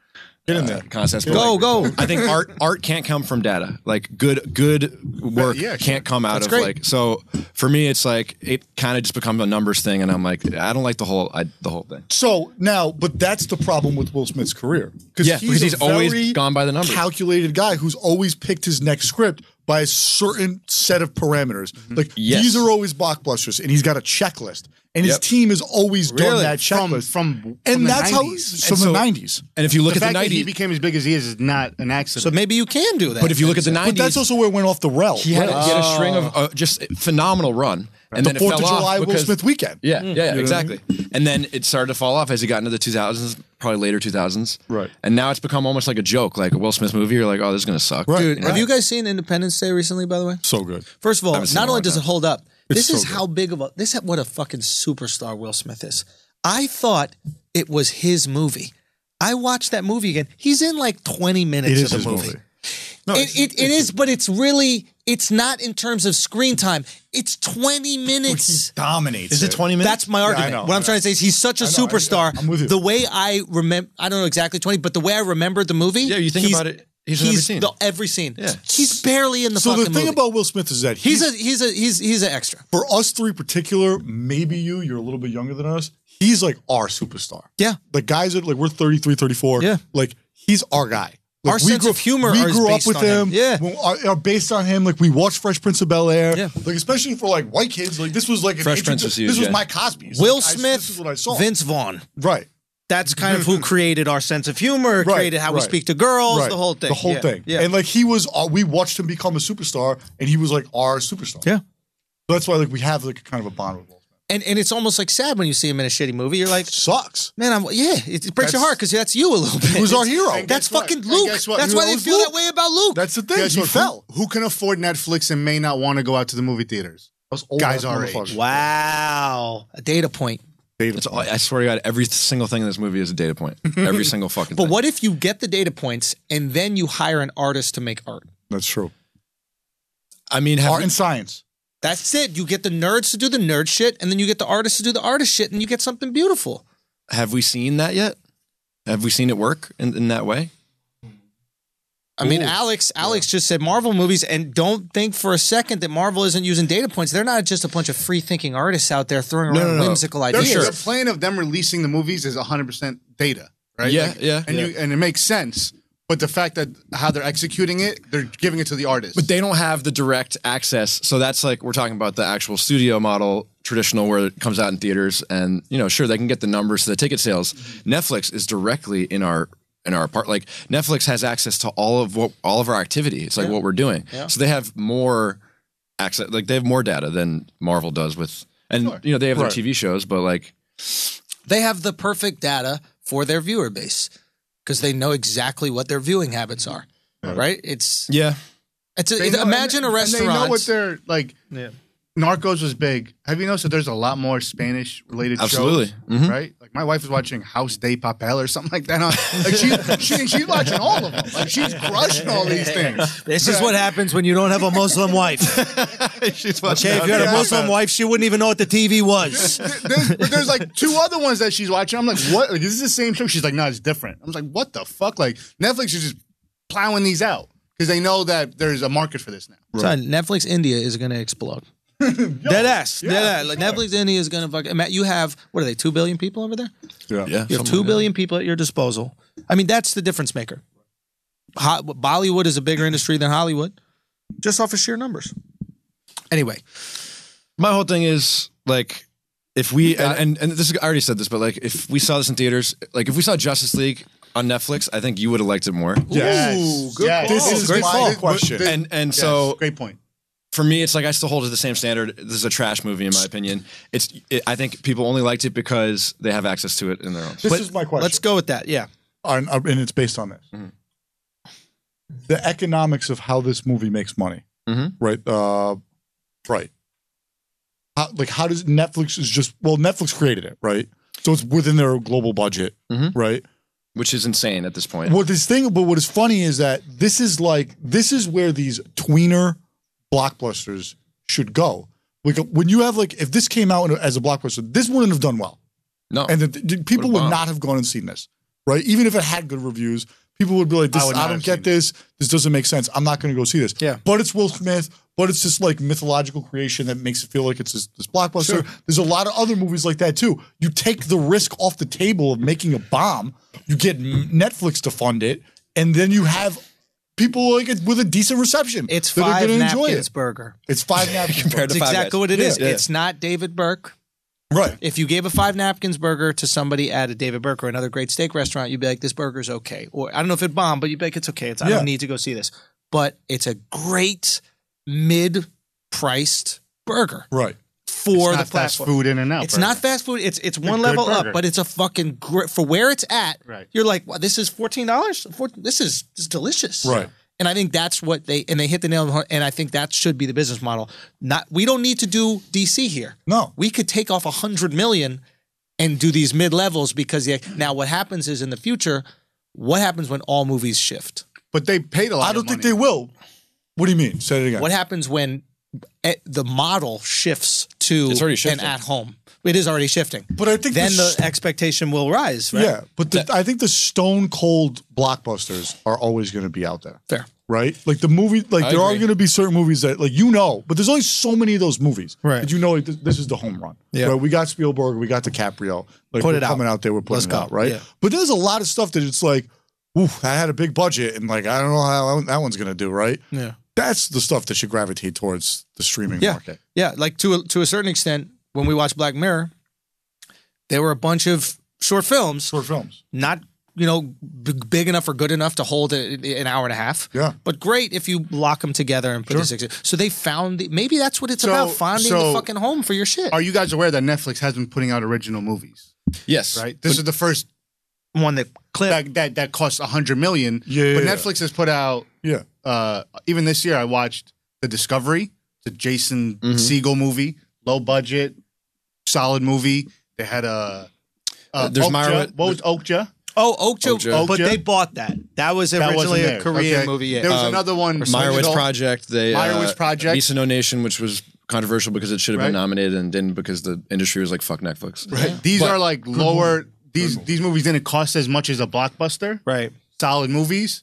D: Get in there. Concepts. but,
A: Go,
D: like,
A: go.
D: I think art art can't come from data. Like good good work
B: Yeah, sure.
D: can't come out of
A: great.
D: like. So for me, it's like it kind of just becomes a numbers thing, and I'm like, I don't like the whole I, the whole thing.
C: So now, but that's the problem with Will Smith's career.
D: Yeah, because he's
C: a
D: always
C: very
D: gone by the numbers.
C: Calculated guy who's always picked his next script by a certain set of parameters. Like
D: Mm-hmm. Yes.
C: these are always blockbusters, and he's got a checklist, and his
D: Yep.
C: team has always done
B: Really?
C: that
B: From-
C: checklist
B: from- from
C: and
B: the
C: that's how
B: 90s.
C: from
D: so-
C: the nineties.
D: And if you look
B: the fact
D: at the
B: that he
D: 90s,
B: became as big as he is is not an accident.
A: So maybe you can do that.
D: but if you look at the 90s,
C: But that's also where it went off the rail.
D: he had, he had a string of uh, just phenomenal run, and
C: the
D: then it
C: Fourth of
D: fell off
C: July Will
D: because-
C: Smith weekend.
D: Yeah, yeah, exactly. And then it started to fall off as he got into the 2000s, probably later 2000s.
C: Right.
D: And now it's become almost like a joke, like a Will Smith movie. You're like, oh, this is gonna suck.
C: Right.
D: Dude,
A: Dude, have you guys seen Independence Day recently? By the way,
C: So good.
A: First of all,
D: seen it in
A: not
D: a
A: only
D: long
A: does it
D: time.
A: hold up, this
C: so
A: is
C: good.
A: how big of a this is what a fucking superstar Will Smith is. I thought it was his movie. I watched that movie again. He's in like 20 minutes
C: It
A: of
C: is
A: the
C: his
A: movie.
C: movie.
A: it, it, it is, but it's really it's not in terms of screen time. It's 20 minutes.
C: Dominates.
D: is it 20 minutes?
A: That's my argument.
C: know,
A: what I'm
C: I
A: trying to say is he's such a superstar.
C: I'm with you.
A: The way I remember, I don't know exactly 20, but the way I remembered the movie.
D: Yeah, you think
A: he's-
D: about it, he's in every scene.
A: the- every scene.
D: Yeah.
A: He's barely in the
C: So the
A: fucking
C: thing
A: movie.
C: about Will Smith is that
A: He's a he's a he's he's an extra.
C: for us three in particular, maybe you, you're a little bit younger than us, he's like our superstar.
A: Yeah.
C: The guys that like we're 33, 34.
A: Yeah.
C: Like he's our guy. Like,
A: Our sense of humor
C: We
A: are
C: grew up
A: based
C: with
A: on him.
C: him.
A: Yeah.
C: We are, are based on him. Like we watched Fresh Prince of Bel Air.
A: Yeah.
C: Like especially for like white kids. Like this was like an
D: Fresh
C: intro-
D: Prince was huge,
C: This was
D: yeah.
C: my Cosby's.
A: Will
C: Like, I-
A: Smith,
C: this is what I saw.
A: Vince Vaughn.
C: Right.
A: That's kind of who created our sense of humor,
C: Right,
A: created how we
C: right,
A: speak to girls,
C: Right.
A: the whole thing.
C: The whole
A: yeah.
C: thing.
A: Yeah.
C: And like he was, uh, we watched him become a superstar, and he was like our superstar.
A: Yeah.
C: That's why like we have like kind of a bond with Will. Smith.
A: and and it's almost like sad when you see him in a shitty movie. You're like,
C: Sucks.
A: man, I'm yeah. It, it breaks your heart because that's you a little bit.
C: He was our
A: It's-
C: hero.
B: And
A: That's
B: guess what?
A: fucking
B: And
A: Luke.
B: guess what?
A: That's
B: You
A: why
B: know
A: they
B: who's
A: feel
B: Luke?
A: that way about Luke.
C: That's the thing.
B: Guess
C: he
B: what?
C: fell.
B: Who, who can afford Netflix and may not want to go out to the movie theaters?
C: ass
B: Guys our
C: motherfuckers.
B: age.
A: wow, a data point.
D: It's all- I swear to God, every single thing in this movie is a data point. Every single fucking.
A: But
D: thing.
A: what if you get the data points and then you hire an artist to make art?
C: That's true.
D: I mean, have
C: Art
D: we-
C: and science.
A: That's it. You get the nerds to do the nerd shit, and then you get the artists to do the artist shit, and you get something beautiful.
D: have we seen that yet? Have we seen it work in, in that way?
A: I mean, Alex. Alex just said Marvel movies, and don't think for a second that Marvel isn't using data points. They're not just a bunch of free-thinking artists out there throwing around
D: no, no.
A: whimsical
B: Their,
A: ideas.
B: their plan of them releasing the movies is 100% data, right?
D: Yeah, yeah,
B: And,
D: yeah.
B: You, and it makes sense. But the fact that how they're executing it, they're giving it to the artist.
D: But they don't have the direct access. So that's like we're talking about the actual studio model, traditional where it comes out in theaters, and you know, sure they can get the numbers to the ticket sales. Netflix is directly in our in our part. Like Netflix has access to all of what all of our activity. It's like what we're doing. So they have more access. Like they have more data than Marvel does with, and you know they have their TV shows, but like
A: they have the perfect data for their viewer base because they know exactly what their viewing habits are. Right? It's
D: yeah,
A: it's a,
B: They know-
A: imagine a
B: and- and
A: restaurant.
B: they know what they're like. Narcos was big. Have you noticed that there's a lot more Spanish related
D: Absolutely. Mm-hmm.
B: shows? Right? Like my wife was watching House de Papel or something like that. on- Like she, she, she's watching all of them. Like she's crushing all these things.
E: This is what happens when you don't have a Muslim wife. okay, if you had a Muslim wife, she wouldn't even know what the TV was.
B: There's, but there's like two other ones that she's watching. I'm like, what? Like, this is the same show. She's like, no, it's different. I was like, what the fuck? Like Netflix is just plowing these out because they know that there's a market for this now.
A: Son, Netflix India is going to explode. Dead ass. Dead ass. Like, Netflix India is going to fucking. Matt, you have, what are they, 2 billion people over there?
D: yeah.
A: You have 2 billion people at your disposal. I mean, that's the difference maker. Ho- Bollywood is a bigger industry than Hollywood just off of sheer numbers. Anyway,
D: my whole thing is like if we and, and and this is, I already said this, but like if we saw this in theaters, like if we saw Justice League on Netflix, I think you would have liked it more.
B: Yes.
A: good
B: Yes.
A: call.
B: This is
C: Great
B: my-
C: call.
B: this-
C: Question.
B: this-
D: And and
B: yes,
D: so
B: great point.
D: for me, it's like I still hold it to the same standard. This is a trash movie in my opinion. It's it, I think people only liked it because they have access to it in their own.
C: This
A: But
C: is my question. uh,
A: Let's go with that. Yeah.
C: and, and it's based on this. the economics of how this movie makes money,
D: Mhm.
C: right? Uh, right. How, like, how does Netflix is just well, Netflix created it, right? So it's within their global budget,
D: Mhm.
C: right?
D: which is insane at this point.
C: What this thing, but what is funny is that this is like this is where these tweener blockbusters should go. Like when you have like, if this came out as a blockbuster, this wouldn't have done well,
D: No,
C: and the, the- people
D: Would've
C: would
D: bombed.
C: not have gone and seen this, right? Even if it had good reviews, people would be like, "This,
B: would
C: I,
B: not
C: don't
B: have
C: get
B: seen
C: this. This doesn't make sense. I'm not going to go see this."
E: Yeah.
C: but it's Will Smith. But it's this like mythological creation that makes it feel like it's this, this blockbuster.
E: Sure.
C: There's a lot of other movies like that too. You take the risk off the table of making a bomb. You get M- Netflix to fund it, and then you have people like it with a decent reception.
A: It's
C: that are
A: five
C: gonna
A: napkins burger.
C: it. It's five napkins
D: Compared
A: That's
D: to Five
A: exactly
D: Guys.
A: what it is.
C: Yeah, yeah.
A: It's not David Burke.
C: right.
A: If you gave a five napkins burger to somebody at a David Burke or another great steak restaurant, you'd be like, "This burger's okay." Or I don't know if it bombed, but you'd be like, "It's okay. It's I
C: Yeah.
A: don't need to go see this." But it's a great mid-priced burger
C: Right.
A: for the
B: It's not fast
A: platform.
B: food in and out.
A: It's not fast food. It's it's one
B: good
A: level
B: burger.
A: up, but it's a fucking gr- for where it's at.
B: Right.
A: You're like, wow, this is fourteen dollars. This is this is delicious.
C: Right.
A: And I think that's what they and they hit the nail on the head. And I think that should be the business model. Not we don't need to do DC here.
C: No.
A: we could take off a hundred million and do these mid levels because the, now what happens is in the future, what happens when all movies shift?
B: But they paid a lot.
C: I don't think they will. What do you mean? Say it again.
A: What happens when eh, the model shifts to
D: It's already
A: an
D: shifting.
A: at home? It is already shifting.
C: But I think
A: then
C: the
A: the, expectation will rise, right?
C: Yeah, but the, I think the stone cold blockbusters are always going to be out there,
A: Fair.
C: right? Like the movie, like
D: I
C: there are
D: agree.
C: going to be certain movies that, like you know, but there's only so many of those movies,
E: Right.
C: That you know, like, this, this is the home run.
E: Yeah.
C: right? we got Spielberg, we got DiCaprio.
E: Put
C: Like we're
E: it out.
C: coming out there, we're putting
E: Let's
C: it
E: go.
C: out, right?
E: Yeah.
C: But there's a lot of stuff that it's like, oof, that had a big budget, and like I don't know how that one's going to do, right?
A: Yeah.
C: That's the stuff that should gravitate towards the streaming
A: Yeah.
C: market.
A: Yeah, like to a, to a certain extent, when we watched Black Mirror, there were a bunch of short films,
C: Short films,
A: not you know b- big enough or good enough to hold a, an hour and a half.
C: Yeah.
A: but great if you lock them together and put the six. So they found the, maybe that's what it's
B: So-
A: about finding
B: so-
A: the fucking home for your shit.
B: Are you guys aware that Netflix has been putting out original movies?
D: yes,
B: Right. This is the first
A: One that clip.
B: that that, that cost a hundred million.
C: Yeah, yeah,
B: But
C: yeah.
B: Netflix has put out
C: yeah.
B: uh, even this year, I watched The Discovery, the Jason
A: Mm-hmm.
B: Siegel movie, low budget, solid movie. They had a.
D: Uh, there's
B: Okja-
D: Myra-
B: What was Okja?
A: oh, Oakja,
D: Oakja.
A: but
B: Oakja?
A: they bought that. That was
B: That
A: originally
B: wasn't
A: a
B: there.
A: Korean
B: Okay.
A: movie. Yeah. Um,
B: There was
D: Uh,
B: another one.
D: Meyerowitz
B: Digital-
D: Project. They
B: Meyerowitz Project.
D: Misa No Nation, which was controversial because it should have been
B: Right.
D: nominated and didn't because the industry was like fuck Netflix.
B: Right. These
D: But-
B: are like lower. These these movies didn't cost as much as a blockbuster.
A: Uh, right.
B: Solid movies.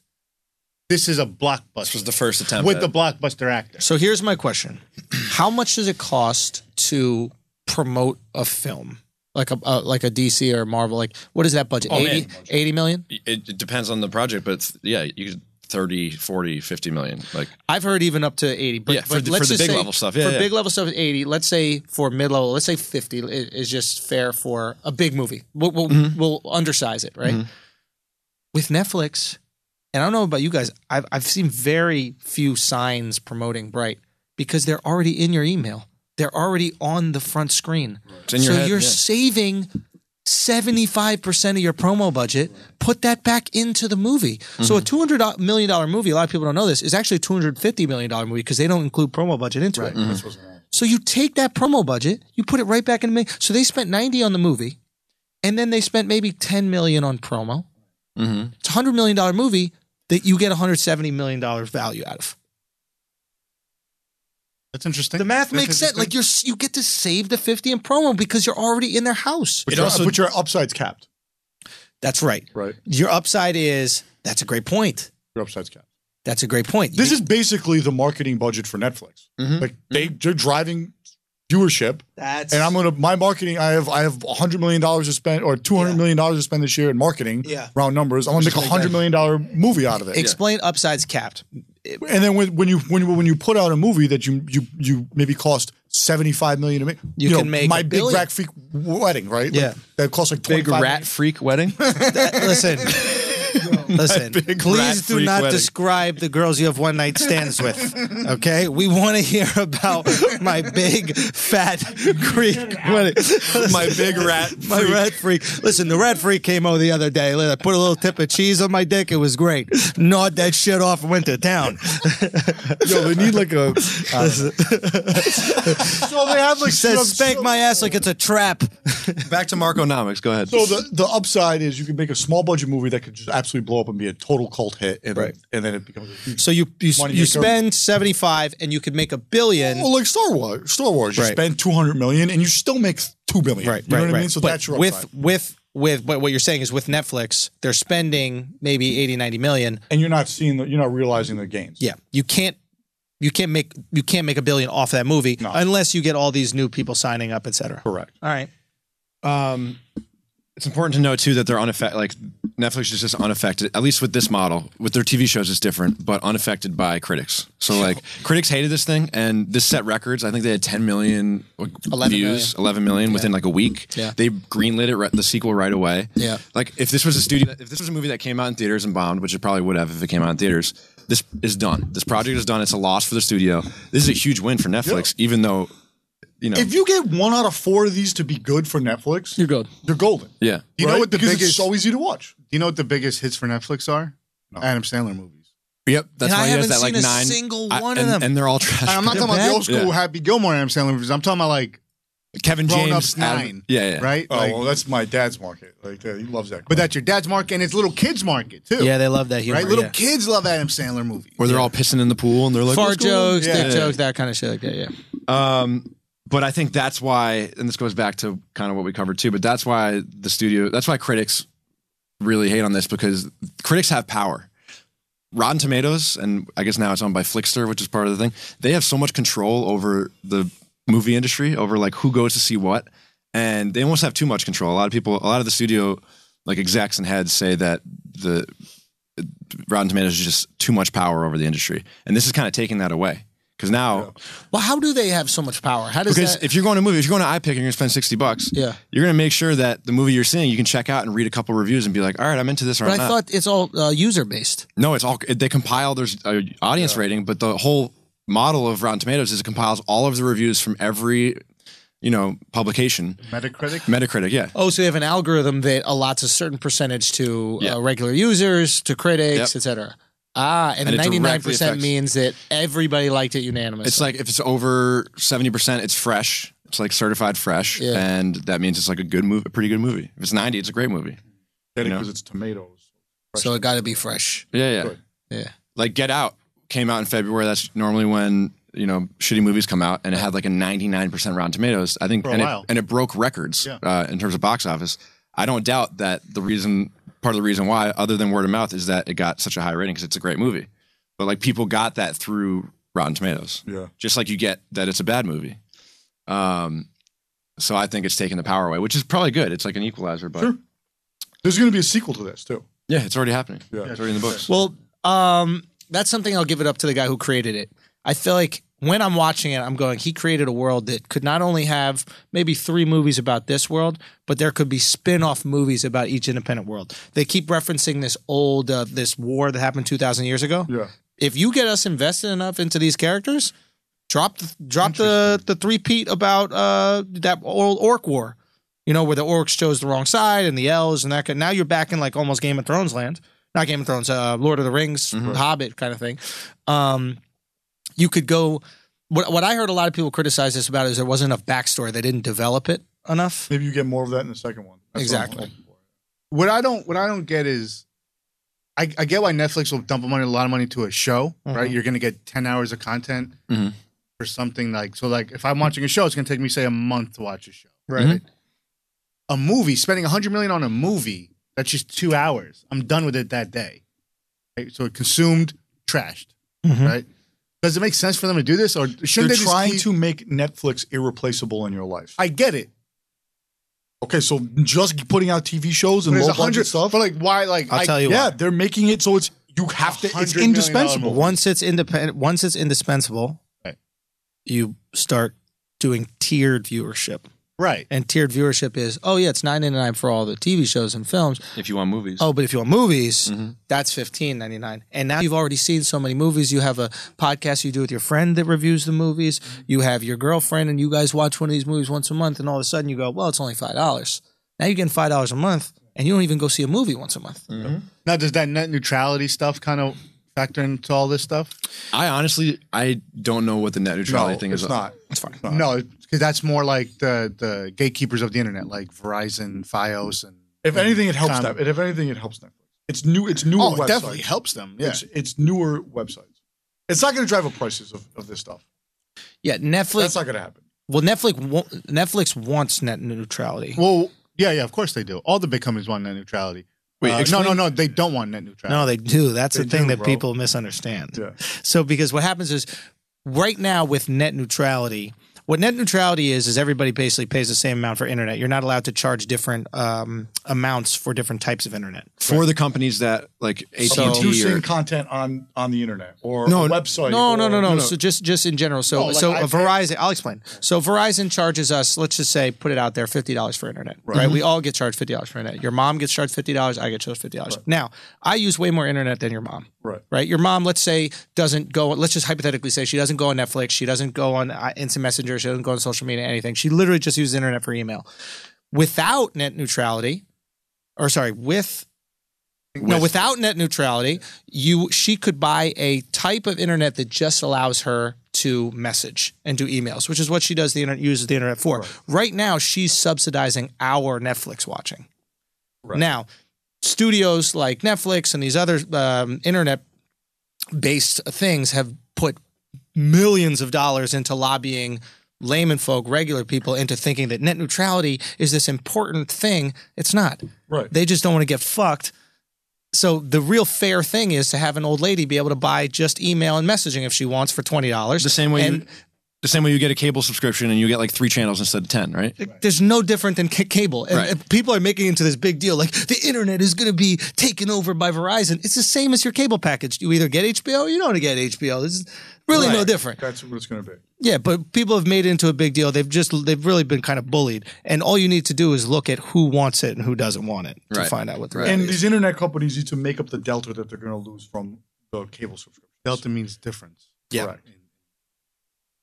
B: This is a
D: This was
B: blockbuster
D: the first attempt
B: with
D: at-
B: the blockbuster actor.
A: So here's my question: How much does it cost to promote a film, like a, a like a DC or Marvel? Like what is that budget?
D: Oh, man.
A: 80, 80 million?
D: it, it depends on the project, but it's, yeah, you could 30, 40, 50 million. Like
A: I've heard even up to eighty. But,
D: Yeah, for
A: but
D: the-
A: let's
D: for the
A: just
D: big
A: say-
D: level stuff. Yeah,
A: for
D: yeah.
A: big level stuff, is eighty. Let's say for mid level, let's say fifty i- is just fair for a big movie. We'll we'll, we'll undersize it, right? With Netflix, and I don't know about you guys, I've I've seen very few signs promoting Bright because they're already in your email. They're already on the front screen.
D: in
A: so
D: your head,
A: you're
D: yeah.
A: saving 75% of your promo budget, put that back into the movie. So a
D: Mm-hmm.
A: $200 million dollar movie, a lot of people don't know this, is actually a $250 million dollar movie because they don't include promo budget into it.
D: mm-hmm.
A: So you take that promo budget, you put it right back in. the So they spent 90 on the movie and then they spent maybe 10 million on promo. It's a $100 million dollar movie that you get $170 million dollar value out of.
B: That's interesting.
A: The math
B: That's
A: makes sense.
B: interesting.
A: Like you're, s- you get to save the 50 in promo because you're already in their house.
C: But,
D: It
C: your,
D: also-
C: but your upside's capped,
A: That's right.
C: right?
A: Your upside is that's a great point.
C: Your upside's capped.
A: That's a great point.
C: This is basically the marketing budget for Netflix.
A: Mm-hmm.
C: Like they, they're driving viewership,
A: that's
C: and I'm gonna my marketing. I have I have 100 million dollars to spend or 200 million dollars to spend this year in marketing.
A: Yeah.
C: round numbers. I'm gonna make a 100 million dollar movie out of it.
A: explain upsides capped.
C: And then when, when you when you when you put out a movie that you you you maybe cost 75 million to make,
A: You can make
C: my
A: a
C: big
A: billion.
C: rat freak wedding, right? Like,
E: Yeah.
C: that costs like
D: big
C: 25
D: rat freak wedding.
E: Listen, Listen,
D: big rat
E: please do
D: freak
E: not
D: wedding.
E: describe the girls you have one night stands with. Okay, we want to hear about my big fat Greek wedding.
D: My big rat
E: My rat freak. Listen, the rat freak came over the other day. I put a little tip of cheese on my dick. It was great. Gnawed that shit off and went to town.
C: Yo, they need like a.
E: so they have like says spank my ass like it's a trap.
D: Back to Marconomics. Go ahead.
C: So the, the upside is you can make a small budget movie that could just absolutely blow up and be a total cult hit, and,
A: Right.
C: and then it becomes a huge.
A: So you you,
C: Money
A: you
C: maker.
A: spend seventy five and you could make a billion.
C: Well, like Star Wars, Star Wars, you
A: Right.
C: spend two hundred million and you still make two billion.
A: Right,
C: you know
A: right,
C: what I mean.
A: right.
C: So
A: But
C: that's your
A: with
C: upside.
A: with with but what you're saying is with Netflix, they're spending maybe 80, 90 million.
C: and you're not seeing, the, you're not realizing the gains.
A: Yeah, you can't you can't make you can't make a billion off that movie
C: No.
A: unless you get all these new people signing up, et cetera.
C: Correct.
A: All right,
D: um, it's important to note too that they're unaffected. Like Netflix is just unaffected, at least with this model. With their TV shows, it's different, but unaffected by critics. So like, critics hated this thing, and this set records. I think they had 10 million like,
A: 11
D: views, 11 million within like a week.
A: Yeah.
D: they greenlit it right, the sequel right away.
A: Yeah.
D: like if this was a studio, if this was a movie that came out in theaters and bombed, which it probably would have if it came out in theaters. This is done. This project is done. It's a loss for the studio. This is a huge win for Netflix, even though, you know,
C: If you get one out of four of these to be good for Netflix, you're,
A: good.
C: golden.
D: yeah.
B: You know
C: Right?
B: what the
C: because
B: biggest?
C: it's so easy to watch.
B: Do you know what the biggest hits for Netflix are? Adam Sandler movies.
D: Yep, that's
A: And I
D: why he has
A: haven't
D: that like
A: seen a
D: nine.
A: single
D: I-
A: one of
D: and-
A: them.
D: and they're all trash.
B: I'm not
A: They're
B: talking about
A: bad?
B: the old school
D: Yeah.
B: Happy Gilmore Adam Sandler movies. I'm talking about like
D: Kevin
B: Grown
D: James,
B: Ups
D: Adam-
B: Nine.
D: yeah, yeah,
B: right.
C: Oh,
B: Like,
C: well, that's my dad's market. Like that, he loves that.
B: but
C: crap.
B: that's your dad's market and it's little kids' market too.
A: Yeah, they love that humor.
B: right. little
A: yeah.
B: kids love Adam Sandler movies.
D: Where they're all pissing in the pool and they're like
A: fart
D: "What's going on?"
A: jokes,
D: Yeah.
A: dick jokes, that kind of shit. Yeah, yeah.
D: Um, but I think that's why, and this goes back to kind of what we covered too. But that's why the studio, that's why critics really hate on this because critics have power. Rotten Tomatoes, and I guess now it's owned by Flickster, which is part of the thing. They have so much control over the movie industry, over like who goes to see what, and they almost have too much control. A lot of people, a lot of the studio like execs and heads say that the Rotten Tomatoes is just too much power over the industry, and this is kind of taking that away because now
A: Well, how do they have so much power? How does
D: because
A: that?
D: if you're going to a movie, if you're going to iPick and you're going to spend 60 bucks,
A: Yeah.
D: you're going to make sure that the movie you're seeing, you can check out and read a couple reviews and be like, all right, I'm into this or
A: but
D: I'm
A: I
D: not.
A: thought it's all uh, user based.
D: no, it's all, they compile, there's a audience rating, but the whole model of Rotten Tomatoes is it compiles all of the reviews from every, you know, publication.
B: Metacritic.
D: Metacritic, yeah.
A: Oh, so they have an algorithm that allots a certain percentage to
D: Yeah.
A: uh, regular users, to critics,
D: Yep.
A: et cetera. Ah, and,
D: And it
A: the
D: directly
A: 99%
D: affects-
A: means that everybody liked it unanimously.
D: It's like if it's over 70%, it's fresh. It's like certified fresh.
A: Yeah.
D: And that means it's like a good movie, a pretty good movie. If it's 90, it's a great movie.
C: Get it
D: you know.
C: 'cause it's tomatoes.
A: so it got to be fresh.
D: Yeah, yeah.
C: Good.
A: Yeah.
D: Like Get Out came out in February. That's normally when you know shitty movies come out, and it had like a 99% Rotten Tomatoes. I think,
B: For a
D: and,
B: while.
D: It, and it broke records
B: Yeah.
D: uh, in terms of box office. I don't doubt that the reason, part of the reason why, other than word of mouth, is that it got such a high rating because it's a great movie. But like people got that through Rotten Tomatoes,
C: Yeah.
D: just like you get that it's a bad movie. Um, so I think it's taking the power away, which is probably good. It's like an equalizer, but
C: Sure. There's going to be a sequel to this too.
D: yeah, it's already happening.
C: Yeah.
D: It's already in the books.
A: Well, um, that's something I'll give it up to the guy who created it. I feel like when I'm watching it, I'm going, he created a world that could not only have maybe three movies about this world, but there could be spin off movies about each independent world. They keep referencing this old, uh, this war that happened 2,000 years ago.
C: Yeah.
A: If you get us invested enough into these characters, drop the, drop the, the three peat about uh, that old orc war, you know, where the orcs chose the wrong side and the elves and that. Kind now you're back in like almost Game of Thrones land not Game of Thrones, uh, Lord of the Rings, Hobbit kind of thing. Um, you could go. What what I heard a lot of people criticize this about is there wasn't enough backstory. They didn't develop it enough.
C: Maybe you get more of that in the second one. That's what I'm
A: Exactly.
C: hoping for.
B: what I don't what I don't get is I, I get why Netflix will dump money a lot of money into a show, right? You're gonna get ten hours of content
D: Mhm.
B: for something like so like if I'm watching a show, it's gonna take me say a month to watch a show.
A: Right.
B: A movie, spending a hundred million on a movie, that's just two hours. I'm done with it that day. Right? So it consumed, trashed. Right? Does it make sense for them to do this or shouldn't
C: They're
B: they just
C: trying
B: keep-
C: to make Netflix irreplaceable in your life.
B: I get it.
C: okay, so just putting out TV shows and
B: But
C: low
B: it's a
C: budget
B: hundred
C: stuff.
B: but like why like
A: I'll
B: I-
A: tell you
C: Yeah,
A: what.
C: they're making it so it's you have to.
B: $100
C: It's
B: million
C: indispensable.
B: movie.
A: Once it's independent, once it's indispensable,
B: Right.
A: you start doing tiered viewership.
B: Right.
A: and tiered viewership is oh yeah it's 9.99 for all the tv shows and films
D: If you want movies.
A: oh but if you want movies that's 15.99 and now you've already seen so many movies you have a podcast you do with your friend that reviews the movies you have your girlfriend and you guys watch one of these movies once a month and all of a sudden you go well it's only $5 now you're getting $5 a month and you don't even go see a movie once a month
B: Now, does that net neutrality stuff kind of factor into all this stuff?
D: I honestly, I don't know what the net neutrality
C: no,
D: thing
C: it's
D: is.
C: not.
A: that's fine
B: No, because that's more like the the gatekeepers of the internet, like Verizon, FiOS, and
C: If anything, it helps
B: Tom-
C: Netflix. If anything, it helps Netflix. It's new. It's newer.
B: oh,
C: websites.
B: it definitely helps them. Yeah,
C: It's, it's newer websites. It's not going to drive up prices of, of this stuff.
A: yeah netflix
C: That's not going to happen.
A: well netflix wa- netflix wants net neutrality
B: Well, yeah, yeah, of course they do. All the big companies want net neutrality.
D: Wait,
B: Uh, no,
D: explain-
B: no, no, they don't want net neutrality.
A: No, they do. That's
C: They
A: the thing
C: do,
A: that
C: bro.
A: people misunderstand.
C: Yeah.
A: So because what happens is right now with net neutrality, what net neutrality is is everybody basically pays the same amount for internet. You're not allowed to charge different um, amounts for different types of internet.
D: For the companies that like AT&T
A: So-
D: or
C: Producing content on on the internet or
D: No,
C: a website.
A: No, no,
C: or-
A: no, no, So just just in general. So
B: Oh, like
A: so a
B: iPad?
A: Verizon. I'll explain. So Verizon charges us. Let's just say, put it out there, fifty dollars for internet. Right.
C: Mm-hmm.
A: We all get charged fifty dollars for internet. Your mom gets charged fifty dollars. I get charged fifty dollars. Now I use way more internet than your mom.
C: Right.
A: Right. Your mom, let's say, doesn't go. Let's just hypothetically say she doesn't go on Netflix. She doesn't go on uh, Instant Messenger. She doesn't go on social media. Anything. She literally just uses internet for email. Without net neutrality, or sorry, with no, without net neutrality, you she could buy a type of internet that just allows her to message and do emails, which is what she does the internet uses the internet for. Right, now, she's subsidizing our Netflix watching. Now, studios like Netflix and these other um, internet based things have put millions of dollars into lobbying layman folk, regular people into thinking that net neutrality is this important thing. It's not.
C: Right.
A: They just don't want to get fucked. So the real fair thing is to have an old lady be able to buy just email and messaging if she wants for twenty dollars.
D: the same way
A: and
D: you, the same way you get a cable subscription and you get like three channels instead of 10, right?
A: there's no different than c- cable. And
D: Right.
A: uh, people are making into this big deal like the internet is going to be taken over by Verizon. It's the same as your cable package. You either get HBO or you don't get HBO. It's really no different.
C: That's what it's going to be.
A: Yeah, but people have made it into a big deal. They've just they've really been kind of bullied. And all you need to do is look at who wants it and who doesn't want it to
D: Right.
A: find out what the
D: Right.
C: And these internet companies need to make up the delta that they're going to lose from the cable subscription.
B: Delta means difference.
A: Yeah.
C: Correct.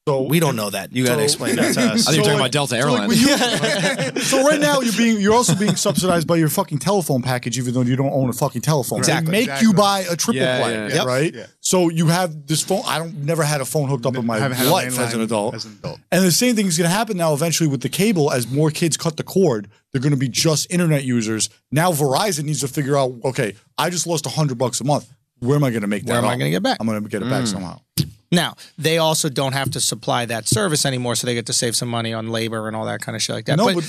C: So
A: We don't know that. You got to
C: So-
A: explain that to us.
D: I think you're
C: So,
D: talking
C: like-
D: about Delta
C: so, like,
D: Airlines.
C: when you- so right now you're being you're also being subsidized by your fucking telephone package, even though you don't own a fucking telephone.
A: Exactly.
C: They make you
B: Exactly.
C: buy a triple
D: Yeah,
C: play,
D: yeah,
A: yeah.
C: right?
B: Yeah.
C: So you have this phone. I don't never had a phone hooked up in my
B: haven't had a
C: life as an
B: landline
C: adult.
B: as an adult.
C: And the same thing is going to happen now eventually with the cable. As more kids cut the cord, they're going to be just internet users. Now Verizon needs to figure out. Okay, I just lost hundred bucks a month. Where am I going to make that?
A: Where am I
C: up?
A: gonna get back?
C: I'm going to get it
D: Hmm.
C: back somehow.
A: Now, they also don't have to supply that service anymore, so they get to save some money on labor and all that kind of shit like that.
C: No,
A: but,
C: but,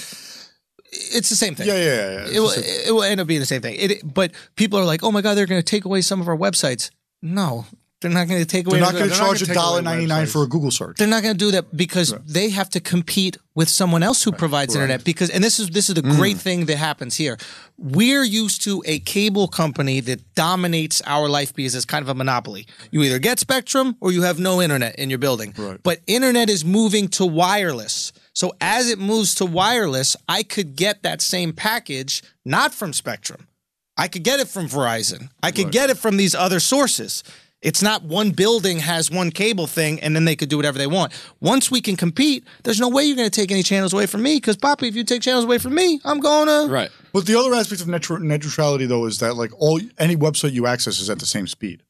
A: it's the same thing.
C: yeah, yeah, yeah.
A: It will, it will end up being the same thing. It, but people are like, oh my God, they're going to take away some of our websites. No, they're not going to take away.
C: They're not going to
B: not
C: charge
B: gonna
C: a
B: take
C: dollar
B: away
C: ninety nine
B: websites.
C: for a Google search.
A: They're not going to do that because they have to compete with someone else who provides internet. Because and this is this is the great thing that happens here. We're used to a cable company that dominates our life because it's kind of a monopoly. You either get Spectrum or you have no internet in your building. But internet is moving to wireless. So as it moves to wireless, I could get that same package not from Spectrum. I could get it from Verizon. I could get it from these other sources. It's not one building has one cable thing and then they could do whatever they want. Once we can compete, there's no way you're going to take any channels away from me because, Poppy, if you take channels away from me, I'm going to.
D: Right.
C: But the other aspect of net, net neutrality, though, is that like all any website you access is at the same speed,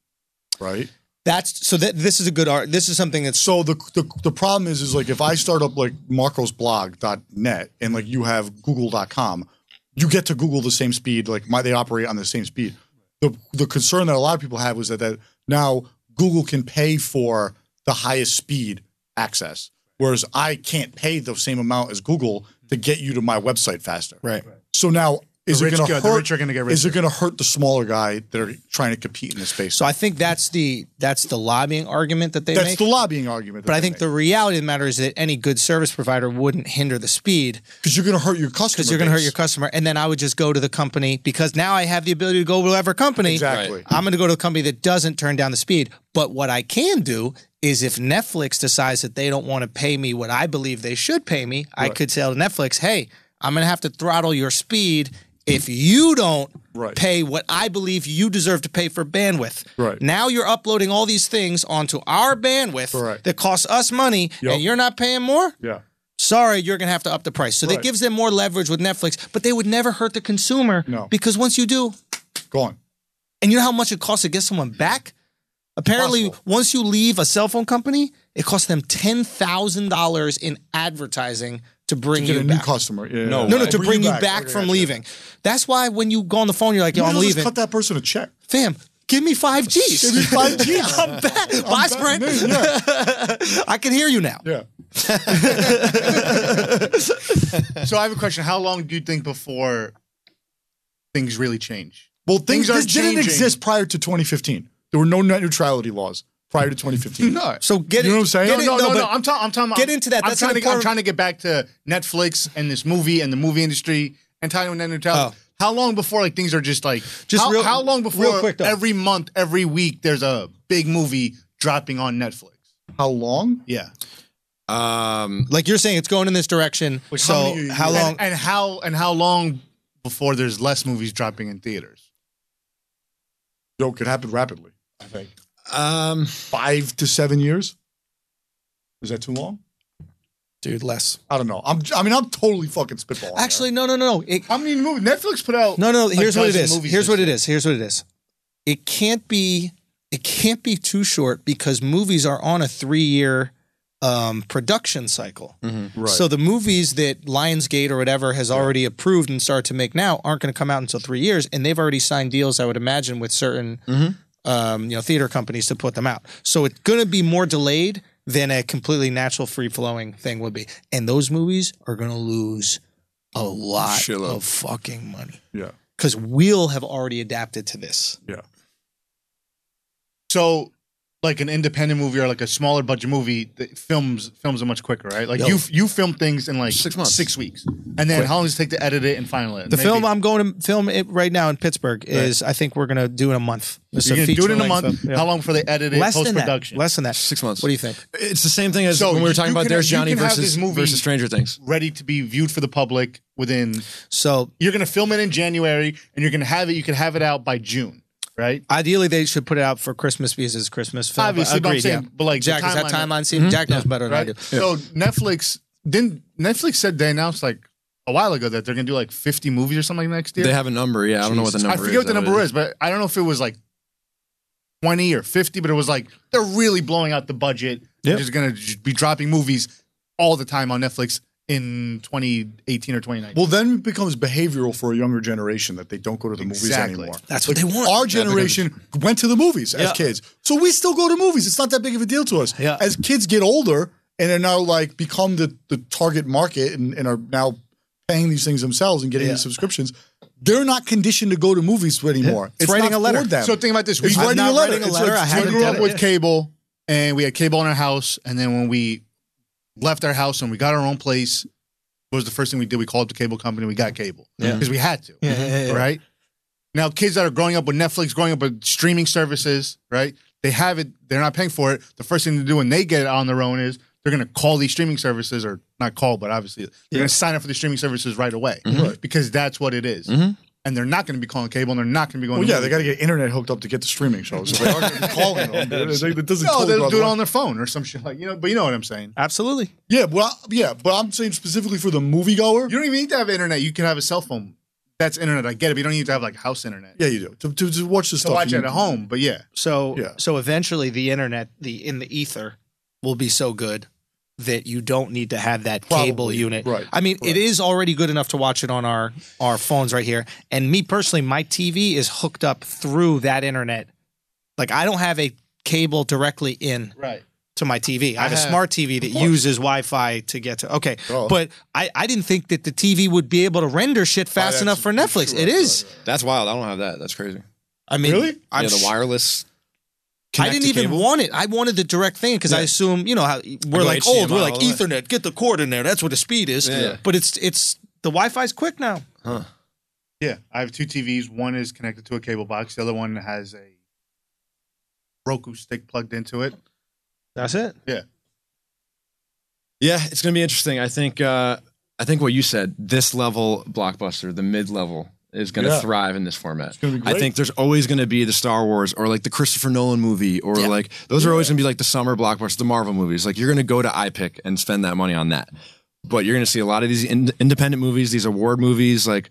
C: right?
A: That's so that this is a good art. This is something that's
C: So the, the the problem is is like if I start up like marcosblog.net and like you have google.com, you get to Google the same speed. Like my they operate on the same speed. The the concern that a lot of people have was that that now Google can pay for the highest speed access, whereas I can't pay the same amount as Google to get you to my website faster.
A: right.
C: So now is
B: The
C: it
B: rich
C: going to
B: go-
C: hurt?
B: the rich are gonna get
C: Is
B: richer.
C: it going to hurt the smaller guy that are trying to compete in this space?
A: So I think that's the that's the lobbying argument that they
C: that's
A: make.
C: the lobbying argument.
A: but I think the reality of the matter is that any good service provider wouldn't hinder the speed.
C: because you're going to hurt your customer.
A: because you're going to hurt
C: base.
A: your customer. And then I would just go to the company because now I have the ability to go to whatever company.
C: Exactly.
A: I'm going to go to a company that doesn't turn down the speed. But what I can do is if Netflix decides that they don't want to pay me what I believe they should pay me, I could tell Netflix, hey, I'm going to have to throttle your speed if you don't
C: Right.
A: pay what I believe you deserve to pay for bandwidth.
C: Right.
A: Now you're uploading all these things onto our bandwidth
C: Correct.
A: that costs us money
C: Yup.
A: and you're not paying more?
C: Yeah.
A: sorry, you're going to have to up the price. So that gives them more leverage with Netflix, but they would never hurt the consumer
C: No.
A: because once you do,
C: Gone.
A: and you know how much it costs to get someone back? Apparently, once you leave a cell phone company, it costs them $10,000 in advertising to bring
C: Get
A: you
C: a new
A: back.
C: customer. Yeah.
D: No
A: No,
D: way.
A: no, to bring, you back, from leaving. That's why when you go on the phone, you're like, yo,
C: You
A: I'm
C: know, just
A: leaving.
C: cut that person a check.
A: Fam, give me five Gs.
C: Give me five Gs.
A: I'm back. Bye, Sprint.
C: Yeah.
A: I can hear you now.
C: yeah.
B: So I have a question. How long do you think before things really change?
C: Well, things,
B: Things are
C: this didn't
B: changing.
C: exist prior to 2015. There were no net neutrality laws prior to 2015.
B: No.
A: So get
C: You know
A: it-
C: what I'm saying?
A: get
B: No,
A: it-
B: no, no, no,
A: but-
B: I'm, ta- I'm talking about.
A: get into that.
B: I'm
A: That's an
B: trying, to, I'm
A: important-
B: trying to get back to Netflix and this movie and the movie industry and tying with net neutrality.
A: Oh.
B: How long before like things are just like
A: Just
B: how,
A: real-
B: how long before
A: real quick, though.
B: every month, every week, there's a big movie dropping on Netflix?
C: How long?
B: Yeah.
D: Um,
A: Like you're saying, it's going in this direction. so
C: many-
A: how
C: and-
A: long?
B: And, and how and how long before there's less movies dropping in theaters?
C: Yo, it could happen rapidly. I think
D: um,
C: five to seven years. Is that too long?
A: dude, less.
C: I don't know. I'm. I mean, I'm totally fucking spitballing. here.
A: Actually, no, no, no, no. It,
B: How many movies Netflix put out?
A: no, no. Here's what it
B: dozen
A: is.
B: movies
A: Here's
B: this
A: what it is. Here's what it is. It can't be. It can't be too short because movies are on a three-year um, production cycle.
C: Right.
A: So the movies that Lionsgate or whatever has already approved and started to make now aren't going to come out until three years, and they've already signed deals, I would imagine, with certain um, you know theater companies to put them out. So it's going to be more delayed than a completely natural, free-flowing thing would be, and those movies are going to lose a lot
D: Shitload.
A: of fucking money
C: yeah,
A: because we'll have already adapted to this.
C: yeah.
B: So, like an independent movie or like a smaller budget movie, the films films are much quicker, right? Like
A: Yo.
B: you you film things in like
D: Six months.
B: six weeks, and then how long does it take to edit it and final it?
A: The
B: Maybe-
A: film I'm going to film it right now in Pittsburgh is I think we're going to do in a month. It's
B: you're gonna do it in a
A: feature-length
B: month.
A: film. Yeah.
B: How long before they edit it
A: Less
B: post
A: than that.
B: production?
A: Less than that.
D: six months.
A: What do you think?
D: It's the same thing as
B: So
D: when we
B: you-
D: were talking
B: you
D: about
B: can-
D: There's
B: you
D: Johnny
B: can have
D: versus
B: this movie-
D: versus Stranger Things.
B: Ready to be viewed for the public within.
A: So
B: You're gonna film it in January, and you're gonna have it. You can have it out by June, right?
A: ideally they should put it out for Christmas because it's a Christmas film.
B: Obviously, but I'm
A: Agreed,
B: saying,
A: yeah. Mm-hmm.
B: but like the
A: Jack, does that
B: timeline-
A: timeline seem? Jack knows better than
B: right?
A: I do.
B: So Netflix didn't Netflix said they announced like a while ago that they're gonna do like 50 movies or something next year.
D: They have a number. Yeah, I don't know what the number
B: I
D: is.
B: forget what the
D: though.
B: number is, but I don't know if it was like 20 or 50, but it was like they're really blowing out the budget. They're just going to be dropping movies all the time on Netflix in 2018 or 2019.
C: Well, then it becomes behavioral for a younger generation that they don't go to the
B: Exactly.
C: movies anymore.
A: That's what they want.
C: Our generation went to the movies as
A: Yeah.
C: kids, so we still go to movies. It's not that big of a deal to us.
A: Yeah.
C: As kids get older and are now like become the the target market and, and are now paying these things themselves and getting these subscriptions, they're not conditioned to go to movies anymore. It's,
A: writing
C: not
A: a letter.
C: for them.
B: so think about this. We,
C: It's
B: grew-
C: writing
A: not
C: a letter.
A: writing a
C: It's
A: letter.
C: like-
A: I
B: we
A: haven't
B: grew
A: done
B: up
A: it.
B: with cable and we had cable in our house. And then when we left our house and we got our own place, what was the first thing we did? We called up the cable company. We got cable
A: Yeah.
B: because we had to.
A: Yeah, yeah, yeah.
B: right? Now, kids that are growing up with Netflix, growing up with streaming services, right? They have it, they're not paying for it. The first thing to do when they get it on their own is they're going to call these streaming services, or not call, but obviously they're going to sign up for the streaming services right away because that's what it is. And they're not going to be calling cable and they're not going to be going
C: Well,
B: to
C: Oh, yeah, they
B: movies.
C: got to get internet hooked up to get the streaming shows. So they are going to be calling them. dude. It's like, It doesn't
B: No,
C: totally go
B: they'll do it
C: otherwise.
B: on their phone or some shit like, you know, but you know what I'm saying.
A: Absolutely.
C: Yeah, but I, yeah, but I'm saying specifically for the moviegoer.
B: You don't even need to have internet. You can have a cell phone. That's internet. I get it. But you don't need to have like house internet.
C: yeah, you do to, to, to watch the
B: To
C: stuff.
B: watch
C: you
B: it at
C: need.
B: home, but yeah.
A: So
C: Yeah.
A: so eventually the internet, the in the ether, will be so good that you don't need to have that cable
C: Probably,
A: unit.
C: right,
A: I mean,
C: right.
A: it is already good enough to watch it on our our phones right here. And me personally, my TV is hooked up through that internet. Like I don't have a cable directly in
B: Right.
A: to my TV. I have a
B: have-
A: smart TV that uses Wi-Fi to get to. Okay,
C: Oh.
A: but I, I didn't think that the TV would be able to render shit fast
C: that's-
A: enough for Netflix. it is.
D: That's wild. I don't have that. That's crazy.
A: I mean,
C: Really?
A: I'm
D: yeah, the
A: sh-
D: wireless.
A: I didn't
D: connected
A: even
D: cable.
A: want it. I wanted the direct thing because I assume you know how we're
D: Go
A: like
D: HDMI,
A: old. We're like
D: all that.
A: Ethernet. Get the cord in there. That's what the speed is.
D: Yeah.
A: But it's it's the Wi-Fi's quick now.
B: Yeah, I have two TVs. One is connected to a cable box. The other one has a Roku stick plugged into it.
A: That's it.
D: Yeah, it's going to be interesting. I think uh, I think what you said, this level blockbuster, the mid level, is going to
C: Yeah.
D: thrive in this format.
C: gonna be
D: I
C: great.
D: think there's always going to be the Star Wars or like the Christopher Nolan movie or like those are always going to be like the summer blockbusters, the Marvel movies. Like you're going to go to iPick and spend that money on that. But you're going to see a lot of these in- independent movies, these award movies, like.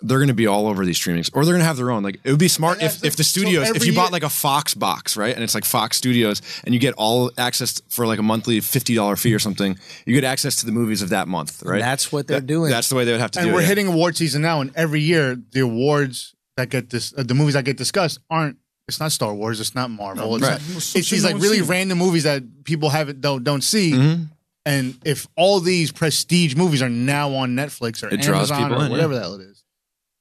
D: They're going to be all over these streamings, or they're going to have their own. Like it would be smart if, if the studios, if
B: every
D: you bought
B: year-
D: like a Fox box, right, and it's like Fox Studios, and you get all access for like a monthly fifty dollar fee or something. You get access to the movies of that month, right?
A: That's what they're doing.
D: That's the way they would have to do
B: and
D: it.
B: we're
D: yeah.
B: hitting award season now, and every year the awards that get this, uh, the movies that get discussed aren't. It's not Star Wars. It's not Marvel. it's
D: right.
B: not-
C: Well, so-
B: it's
C: so
B: these
C: no
B: like
C: one's
B: really
C: seen it.
B: random movies that people haven't don't don't see.
D: Mm-hmm.
B: And if all these prestige movies are now on Netflix or
D: It draws
B: Amazon
D: people
B: or
D: in,
B: whatever the hell it is,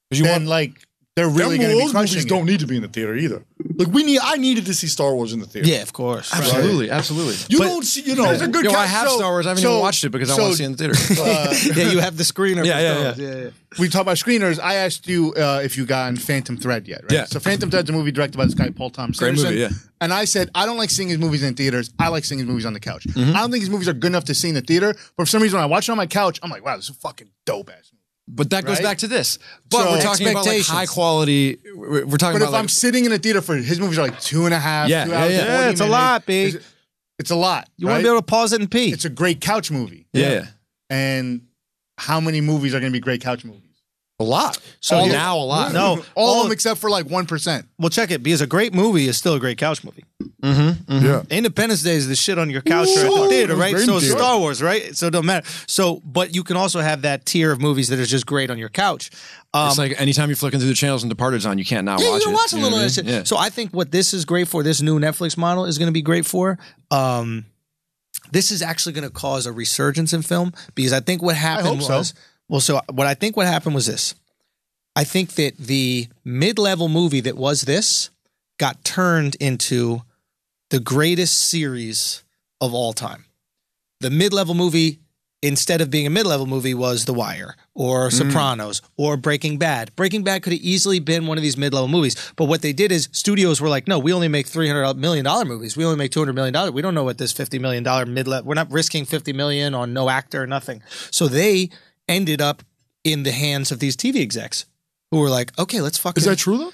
C: 'Cause you
B: then
C: want-
B: like they're
C: Them
B: really going to be
C: Wolves
B: crushing
C: movies
B: it.
C: don't need to be in the theater either. Like we need, I needed to see Star Wars in the theater.
A: yeah, of course.
D: Absolutely, absolutely.
C: you don't see, you know,
B: There's a good
D: Yo, I
B: cast.
D: have
B: So-
D: Star Wars. I haven't
B: so-
D: even watched it because I
B: so,
D: want to see it in the theater.
B: uh,
A: yeah, you have the screener.
D: Yeah,
A: for
D: yeah,
A: those.
D: yeah.
B: we talk about screeners. I asked you uh, if you got in Phantom Thread yet, right?
D: Yeah.
B: So Phantom Thread's a movie directed by this guy Paul Thomas
D: Great
B: Anderson.
D: movie, yeah.
B: And I said I don't like seeing his movies in theaters. I like seeing his movies on the couch.
D: Mm-hmm.
B: I don't think his movies are good enough to see in the theater. But for some reason, when I watch it on my couch, I'm like, wow, this is a fucking dope ass. movie.
D: but that goes
B: Right?
D: back to this. But
B: So-
D: we're talking about like
A: Expectations.
D: high quality. We're, we're talking
B: But
D: about
B: if
D: like,
B: I'm sitting in a theater for his movies are like two and a half,
D: Yeah,
B: two
D: yeah,
B: hours,
D: yeah.
B: 40
D: Yeah,
A: it's a
B: minutes.
A: lot, B.
B: It's, it's a lot.
A: You want to be able to pause it and pee.
B: It's a great couch movie.
D: yeah.
B: And how many movies are going to be great couch movies?
C: a lot.
A: so
B: all-
A: now
D: now a lot.
A: no,
B: All,
A: all
B: of them except for like one percent.
A: well, check it because a great movie is still a great couch movie.
C: Yeah.
A: Independence Day is the shit on your couch or at the
C: Sure.
A: theater, right?
C: Very
A: So it's
C: theater.
A: Star Wars, right? So it don't matter. So, but you can also have that tier of movies that are just great on your couch. Um,
D: it's like anytime you're flicking through the channels and Departed's on, you can't not
A: yeah,
D: watch
A: you can
D: it.
A: watch a
D: know
A: little
D: what I
A: of that shit.
D: mean? Yeah.
A: So I think what this is great for, this new Netflix model is going to be great for. Um, this is actually going to cause a resurgence in film because I think what happened
B: hope so.
A: was well. So what I think what happened was this. I think that the mid-level movie that was this got turned into the greatest series of all time. The mid-level movie instead of being a mid-level movie was The Wire
C: Mm.
A: or Sopranos or Breaking Bad. Breaking Bad could have easily been one of these mid-level movies, but what they did is studios were like, "No, we only make 300 million dollar movies. We only make 200 million dollars. We don't know what this 50 million dollar mid-level. We're not risking 50 million on no actor or nothing." So they ended up in the hands of these TV execs who were like, "Okay, let's fucking
C: Is that true though?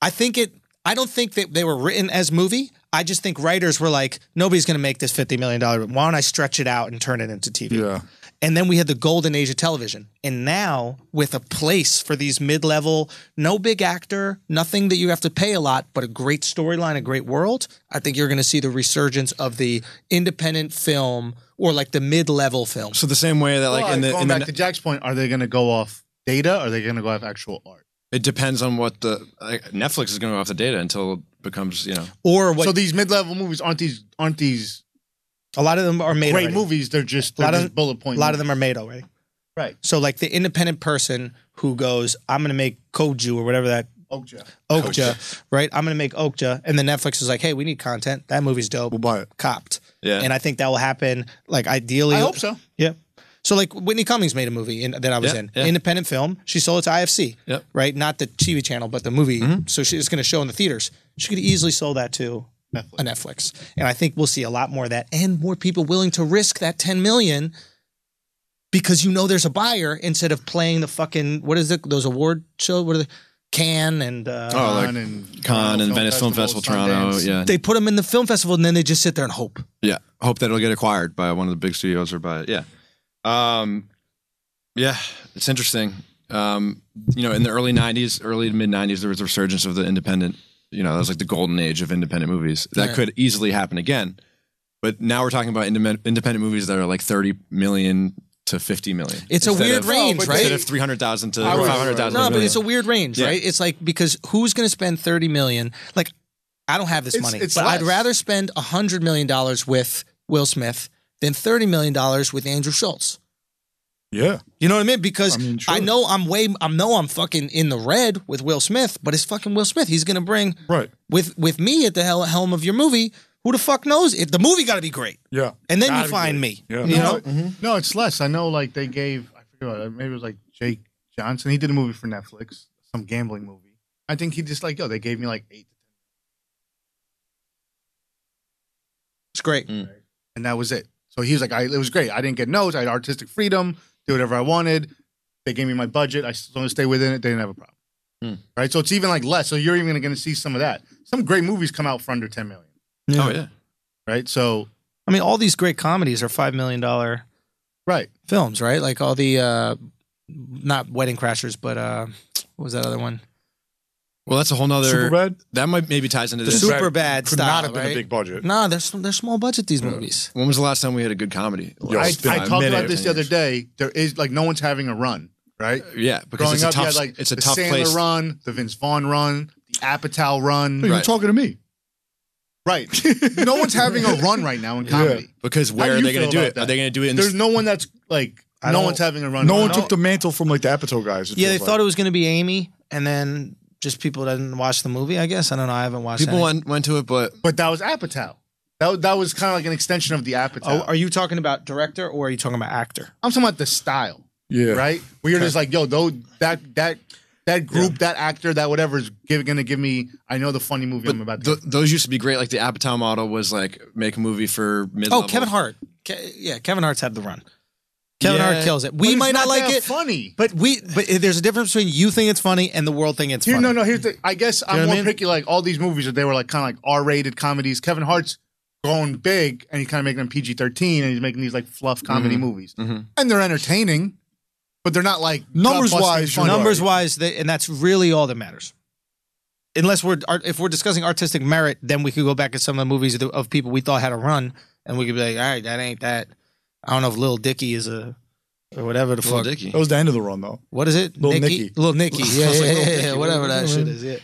A: I think it. I don't think that they were written as movie. I just think writers were like, nobody's going to make this fifty million dollar. Why don't I stretch it out and turn it into TV?
C: Yeah.
A: And then we had the golden age of television, and now with a place for these mid-level, no big actor, nothing that you have to pay a lot, but a great storyline, a great world. I think you're going to see the resurgence of the independent film or like the mid-level film.
D: So the same way that like in the
B: going
D: in
B: back
D: the,
B: to Jack's point, are they going to go off data? Or are they going to go off actual art?
D: it depends on what the like, Netflix is going to go off the data until it becomes you know
A: Or what?
B: so these mid-level movies aren't these aren't these
A: a lot of them are made.
B: great
A: already.
B: movies? They're just,
A: A lot
B: they're
A: of-
B: just bullet point.
A: A lot of them are made already.
B: Right.
A: So like the independent person who goes, I'm gonna make Koju or whatever that
B: movies. Oh,
A: Okja, right? I'm gonna make Okja, and then Netflix is like, hey, we need content. That movie's dope.
C: We'll buy it.
A: Copped.
D: Yeah.
A: And I think that will happen. Like ideally,
B: I hope so.
A: Yeah. So like Whitney Cummings made a movie in, that I was
D: Yeah,
A: in,
D: yeah.
A: independent film. She sold it to IFC,
D: Yep. Mm-hmm.
A: right? Not the TV channel, but the movie. So she was going to show in the theaters. She could easily sell that to
B: Netflix.
A: a Netflix, and I think we'll see a lot more of that, and more people willing to risk that ten million because you know there's a buyer instead of playing the fucking what is it? Those award show what are they? Can and uh,
D: Oh, like
B: Cannes and
D: Con
B: Toronto
D: and Venice Film Festival, Toronto.
B: Sundance.
D: Yeah,
A: they put them in the film festival, and then they just sit there and hope.
D: Yeah. Hope that it'll get acquired by one of the big studios or by yeah. Um yeah, it's interesting. Um, you know, in the early '90s, early to mid '90s, there was a resurgence of the independent. You know, that was like the golden age of independent movies. That
A: Yeah.
D: could easily happen again, but now we're talking about independent independent movies that are like 30 million to 50 million.
A: It's a
D: Instead
A: weird
D: of-
A: range,
B: but
A: right?
D: Instead of 300,000 to
B: I was-
D: 500,000.
A: No, but it's a weird range,
D: Yeah.
A: right? It's like because who's going to spend thirty million? Like, I don't have this
B: It's-
A: money,
B: it's
A: but
B: less.
A: I'd rather spend hundred million dollars with Will Smith than thirty million dollars with Andrew Schultz.
C: Yeah.
A: You know what I mean? Because I,
C: I mean, sure.
A: know I'm way, I know I'm fucking in the red with Will Smith, but it's fucking Will Smith. He's gonna bring
C: Right.
A: with with me at the hel- helm of your movie. Who the fuck knows? If the movie got to be great,
C: Yeah.
A: and then
C: Gotta
A: you
C: be
A: find me.
C: Yeah.
A: You know,
B: No, no, it's less. I know, like they gave. I forget. what- Maybe it was like Jake Johnson. He did a movie for Netflix, some gambling movie. I think he just like yo. They gave me like eight.
A: it's great.
B: and that was it. So he was like, I, it was great. I didn't get notes. I had artistic freedom, do whatever I wanted. They gave me my budget. I still want to stay within it. They didn't have a problem.
A: Hmm.
B: Right. So it's even like less. So you're even going to see some of that. Some great movies come out for under 10 million.
D: Oh yeah.
B: Right. So,
A: I mean, all these great comedies are five million dollar
B: right.
A: films, right? Like all the uh not Wedding Crashers, but uh what was that other one?
D: Well, that's a whole nother.
C: Superbad?
D: That might maybe ties into this.
A: Super bad
F: Could
A: style,
F: not have been
A: right?
F: a big budget.
A: Nah, they're sm- they're small budget these movies.
D: When was the last time we had a good comedy?
F: Yo,
B: I, I
F: it's been a
B: talked about
F: minute.
B: this the other day. There is like no one's having a run. Right.
D: Yeah, because
B: Growing
D: it's a
B: up,
D: tough.
B: you had like
D: it's a
B: the
D: tough
B: Sandler
D: place.
B: run, the Vince Vaughn run, the Apatow run.
C: You're talking to me.
B: Right. no one's having a run right now in comedy.
D: Because
B: How
D: where
B: do
D: are
B: you
D: they going to
B: feel
D: do
B: about
D: it?
B: that?
D: Are they going to do it in
B: There's
D: this?
B: no one that's like
A: I
B: no
A: don't-
B: one's having a run.
C: No
B: right
C: one
B: now.
C: took the mantle from like the Apatow guys. it
A: Yeah, they
C: feels
A: thought
C: like.
A: it was going to be Amy, and then just people didn't watch the movie. I guess I don't know. I haven't watched.
D: People
A: any.
D: went, went to it, but
B: But that was Apatow. That, wa- that was kind of like an extension of the Apatow.
A: Oh, are you talking about director or are you talking about actor?
B: I'm talking about the style,
C: Yeah.
B: right? Where you're just like, yo, though that that that group, that actor, that whatever is give, gonna give me. I know the funny movie I'm about. to
D: th- those used to be great. Like the Apatow model was like make a movie for mid.
A: Oh, Kevin Hart. Ke- yeah, Kevin Hart's had the run. Kevin
D: Yeah.
A: Hart kills it.
B: But
A: We
B: it's
A: might not, like
B: that
A: it,
B: Funny.
A: but we but there's a difference between you think it's funny and the world think it's
B: Here,
A: funny.
B: no, no. Here's the. I guess I'm
A: know what I
B: more
A: mean?
B: picky. Like all these movies that they were like kind of like R-rated comedies. Kevin Hart's going big, and he's kind of making them PG-13, and he's making these like fluff comedy
A: Mm-hmm.
B: movies, and they're entertaining, but they're not like
C: Numbers-wise,
B: gut-busting
C: you're
B: funny.
A: Numbers wise, they, and that's really all that matters. Unless we're art- if we're discussing artistic merit, then we could go back to some of the movies of, the, of people we thought had a run, and we could be like, all right, that ain't that. I don't know if Lil Dicky is a or whatever the
D: Little
A: fuck.
D: Dicky.
C: That was the end of the run, though.
A: What is it?
C: Lil
A: Nicky?
C: Nicky.
A: Lil Nicky. Yeah,
C: was
A: yeah,
C: like,
A: yeah,
C: Lil
A: yeah,
C: Nicky,
A: whatever that
C: whatever.
A: shit is. Yeah.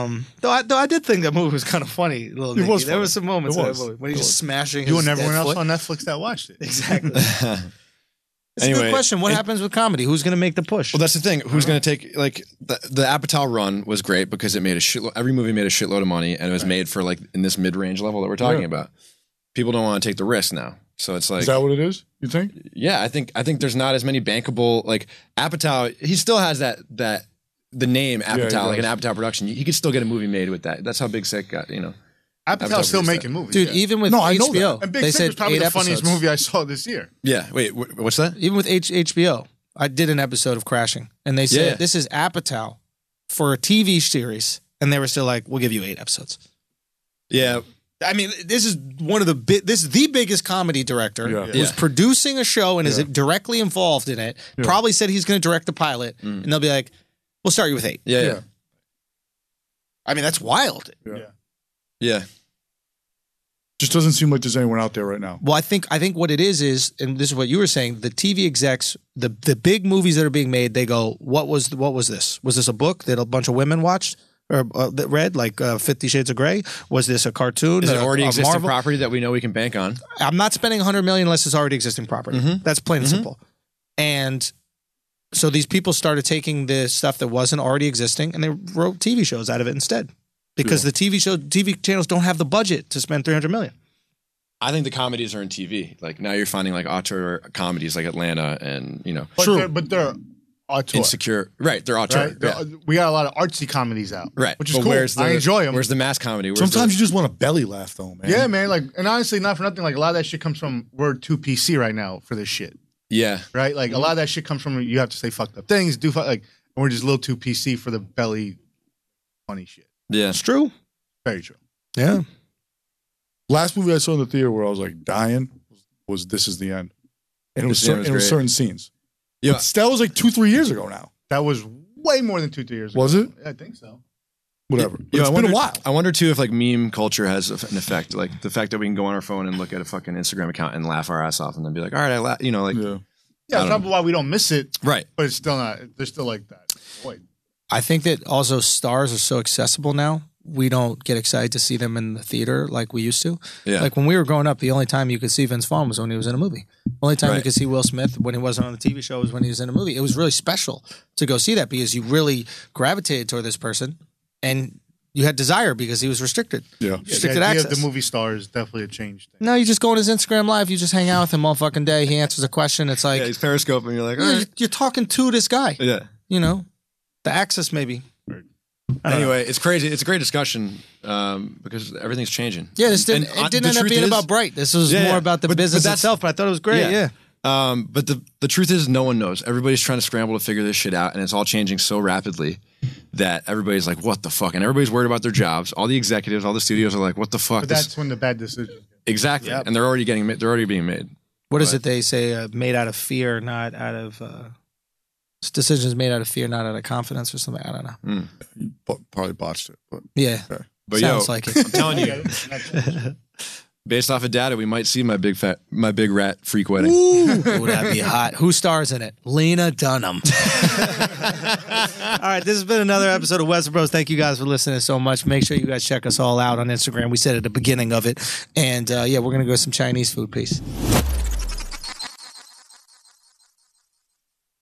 A: Um, though I, though I did think that movie was kind of funny. Little Nicky.
C: was
A: There
C: funny.
A: was some moments
C: It
A: in that
C: was.
A: movie when he's
C: It
A: just smashing.
B: You
A: his
B: and everyone
A: dead
B: else
A: foot.
B: on Netflix that watched it.
A: Exactly. It's a
D: Anyway,
A: good question. What happens with comedy? Who's going to make the push?
D: Well, that's the thing. Who's going to take like the, the Apatow run was great because it made a shitload. Every movie made a shitload of money, and it was made for like in this mid range level that we're talking about. People don't want to take the risk now, so it's like,
C: Is that what it is? You think?
D: yeah, I think I think there's not as many bankable like Apatow. He still has that that the name
C: he
D: Apatow, like an
C: does.
D: Apatow production. He could still get a movie made with that. That's how big Sick got. You know,
B: Apatow's still
D: released
B: making movies,
A: dude.
B: yeah.
A: Even with
C: No, I know
A: HBO,
C: that.
B: and Big
A: they
B: Sick
A: said
B: was probably
A: eight
B: the
A: episodes.
B: funniest movie I saw this year.
D: yeah. Wait, wh- what's that?
A: Even with H- HBO, I did an episode of Crashing, and they said
D: Yeah.
A: this is Apatow for a TV series, and they were still like, "We'll give you eight episodes."
D: Yeah,
A: I mean, this is one of the bi- this is the biggest comedy director
C: Yeah.
A: who's
D: Yeah.
A: producing a show and is directly involved in it. Probably said he's going to direct the pilot,
B: Mm.
A: and they'll be like, "We'll start you with eight.
D: yeah, yeah, yeah.
A: I mean, that's wild.
C: Just doesn't seem like there's anyone out there right now.
A: Well, I think I think what it is is, and this is what you were saying. The TV execs, the the big movies that are being made, they go, "What was what was this? Was this a book that a bunch of women watched or uh, that read, like uh, Fifty Shades of Grey? Was this a cartoon?
D: Is it
A: a-
D: already
A: a
D: existing
A: Marvel?
D: property that we know we can bank on?
A: I'm not spending 100 million unless it's already existing property.
D: Mm-hmm.
A: That's plain and simple. And so these people started taking the stuff that wasn't already existing and they wrote TV shows out of it instead because the TV show TV channels don't have the budget to spend 300 million.
D: I think the comedies are in TV. Like now you're finding like auteur comedies like Atlanta and you know
B: But They're, but they're auteur,
D: insecure. Right, they're auteur.
B: right? They're-
D: yeah.
B: We got a lot of artsy comedies out,
D: right.
B: Which is
D: But
B: cool.
D: Where's the,
B: I enjoy them.
D: Where's the mass comedy? Where's
C: Sometimes you
D: the,
C: just want a belly laugh, though, man.
B: yeah, man. Like, and honestly, not for nothing. Like, a lot of that shit comes from we're too PC right now for this shit,
D: yeah,
B: right? Like,
D: Mm-hmm.
B: a lot of that shit comes from you have to say fucked up things, do fuck, like, and we're just a little too PC for the belly funny shit.
D: yeah.
A: It's true.
B: Very true.
A: Yeah.
C: Last movie I saw in the theater where I was like dying was, was This Is the End, and it was,
D: This Is the
C: cer-
D: End was
C: and it was
D: great.
C: certain scenes.
D: Yeah.
C: But that was like two, three years ago now.
B: That was way more than two, three years ago.
C: Was it?
B: I think so.
C: Whatever. But
D: Yeah,
C: it's
D: I
C: been
D: wonder-
C: a while.
D: I wonder too if like meme culture has an effect, like the fact that we can go on our phone and look at a fucking Instagram account and laugh our ass off, and then be like, "All right, I la-, you know, like
C: Yeah.
B: Yeah,
D: I
B: that's
D: don't know.
B: probably why we don't miss it,
D: right,
B: but it's still not. They're still like that. Boy,
A: I think that also stars are so accessible now. We don't get excited to see them in the theater like we used to.
D: Yeah.
A: Like when we were growing up, the only time you could see Vince Vaughn was when he was in a movie. The only time you
D: Right.
A: could see Will Smith when he wasn't on the TV show was when he was in a movie. It was really special to go see that because you really gravitated toward this person and you had desire because he was restricted.
C: Yeah.
B: the
A: Restricted
B: idea
A: access.
B: of the movie star is definitely a change thing.
A: No, you just go on his Instagram live, you just hang out with him all fucking day. He answers a question. It's like,
D: yeah, he's Periscope, and you're like,
A: "Yeah,
D: "All
A: you're,
D: right,
A: you're talking to this guy,
D: yeah."
A: you know? The access maybe.
D: Anyway, it's crazy. It's a great discussion um, because everything's changing.
A: Yeah, this didn't,
D: And, uh,
A: it didn't
D: the
A: end up
D: truth
A: being
D: is-
A: about Bright. This was
D: Yeah,
A: more
D: yeah.
A: about the
D: But- but
A: business
D: that's-
A: itself, but I thought it was great. Yeah.
D: Um, but the the truth is, no one knows. Everybody's trying to scramble to figure this shit out, and it's all changing so rapidly that everybody's like, "What the fuck?" And everybody's worried about their jobs. All the executives, all the studios are like, "What the fuck?"
B: But
D: This-
B: that's when the bad decision.
D: exactly, and they're already getting ma- they're already being made.
A: What is it they say? Uh, made out of fear, not out of uh, s- decisions made out of fear, not out of confidence, or something. I don't know.
D: Mm.
C: But probably botched it. But
A: Yeah,
D: But
A: sounds
D: yo,
A: like it.
D: I'm telling you, based off of data, we might see my big fat my big rat freak wedding.
A: Ooh, that'd be hot. Who stars in it? Lena Dunham. all right, this has been another episode of West Bros. Thank you guys for listening so much. Make sure you guys check us all out on Instagram. We said at the beginning of it, and uh, yeah, we're gonna go some Chinese food. Peace.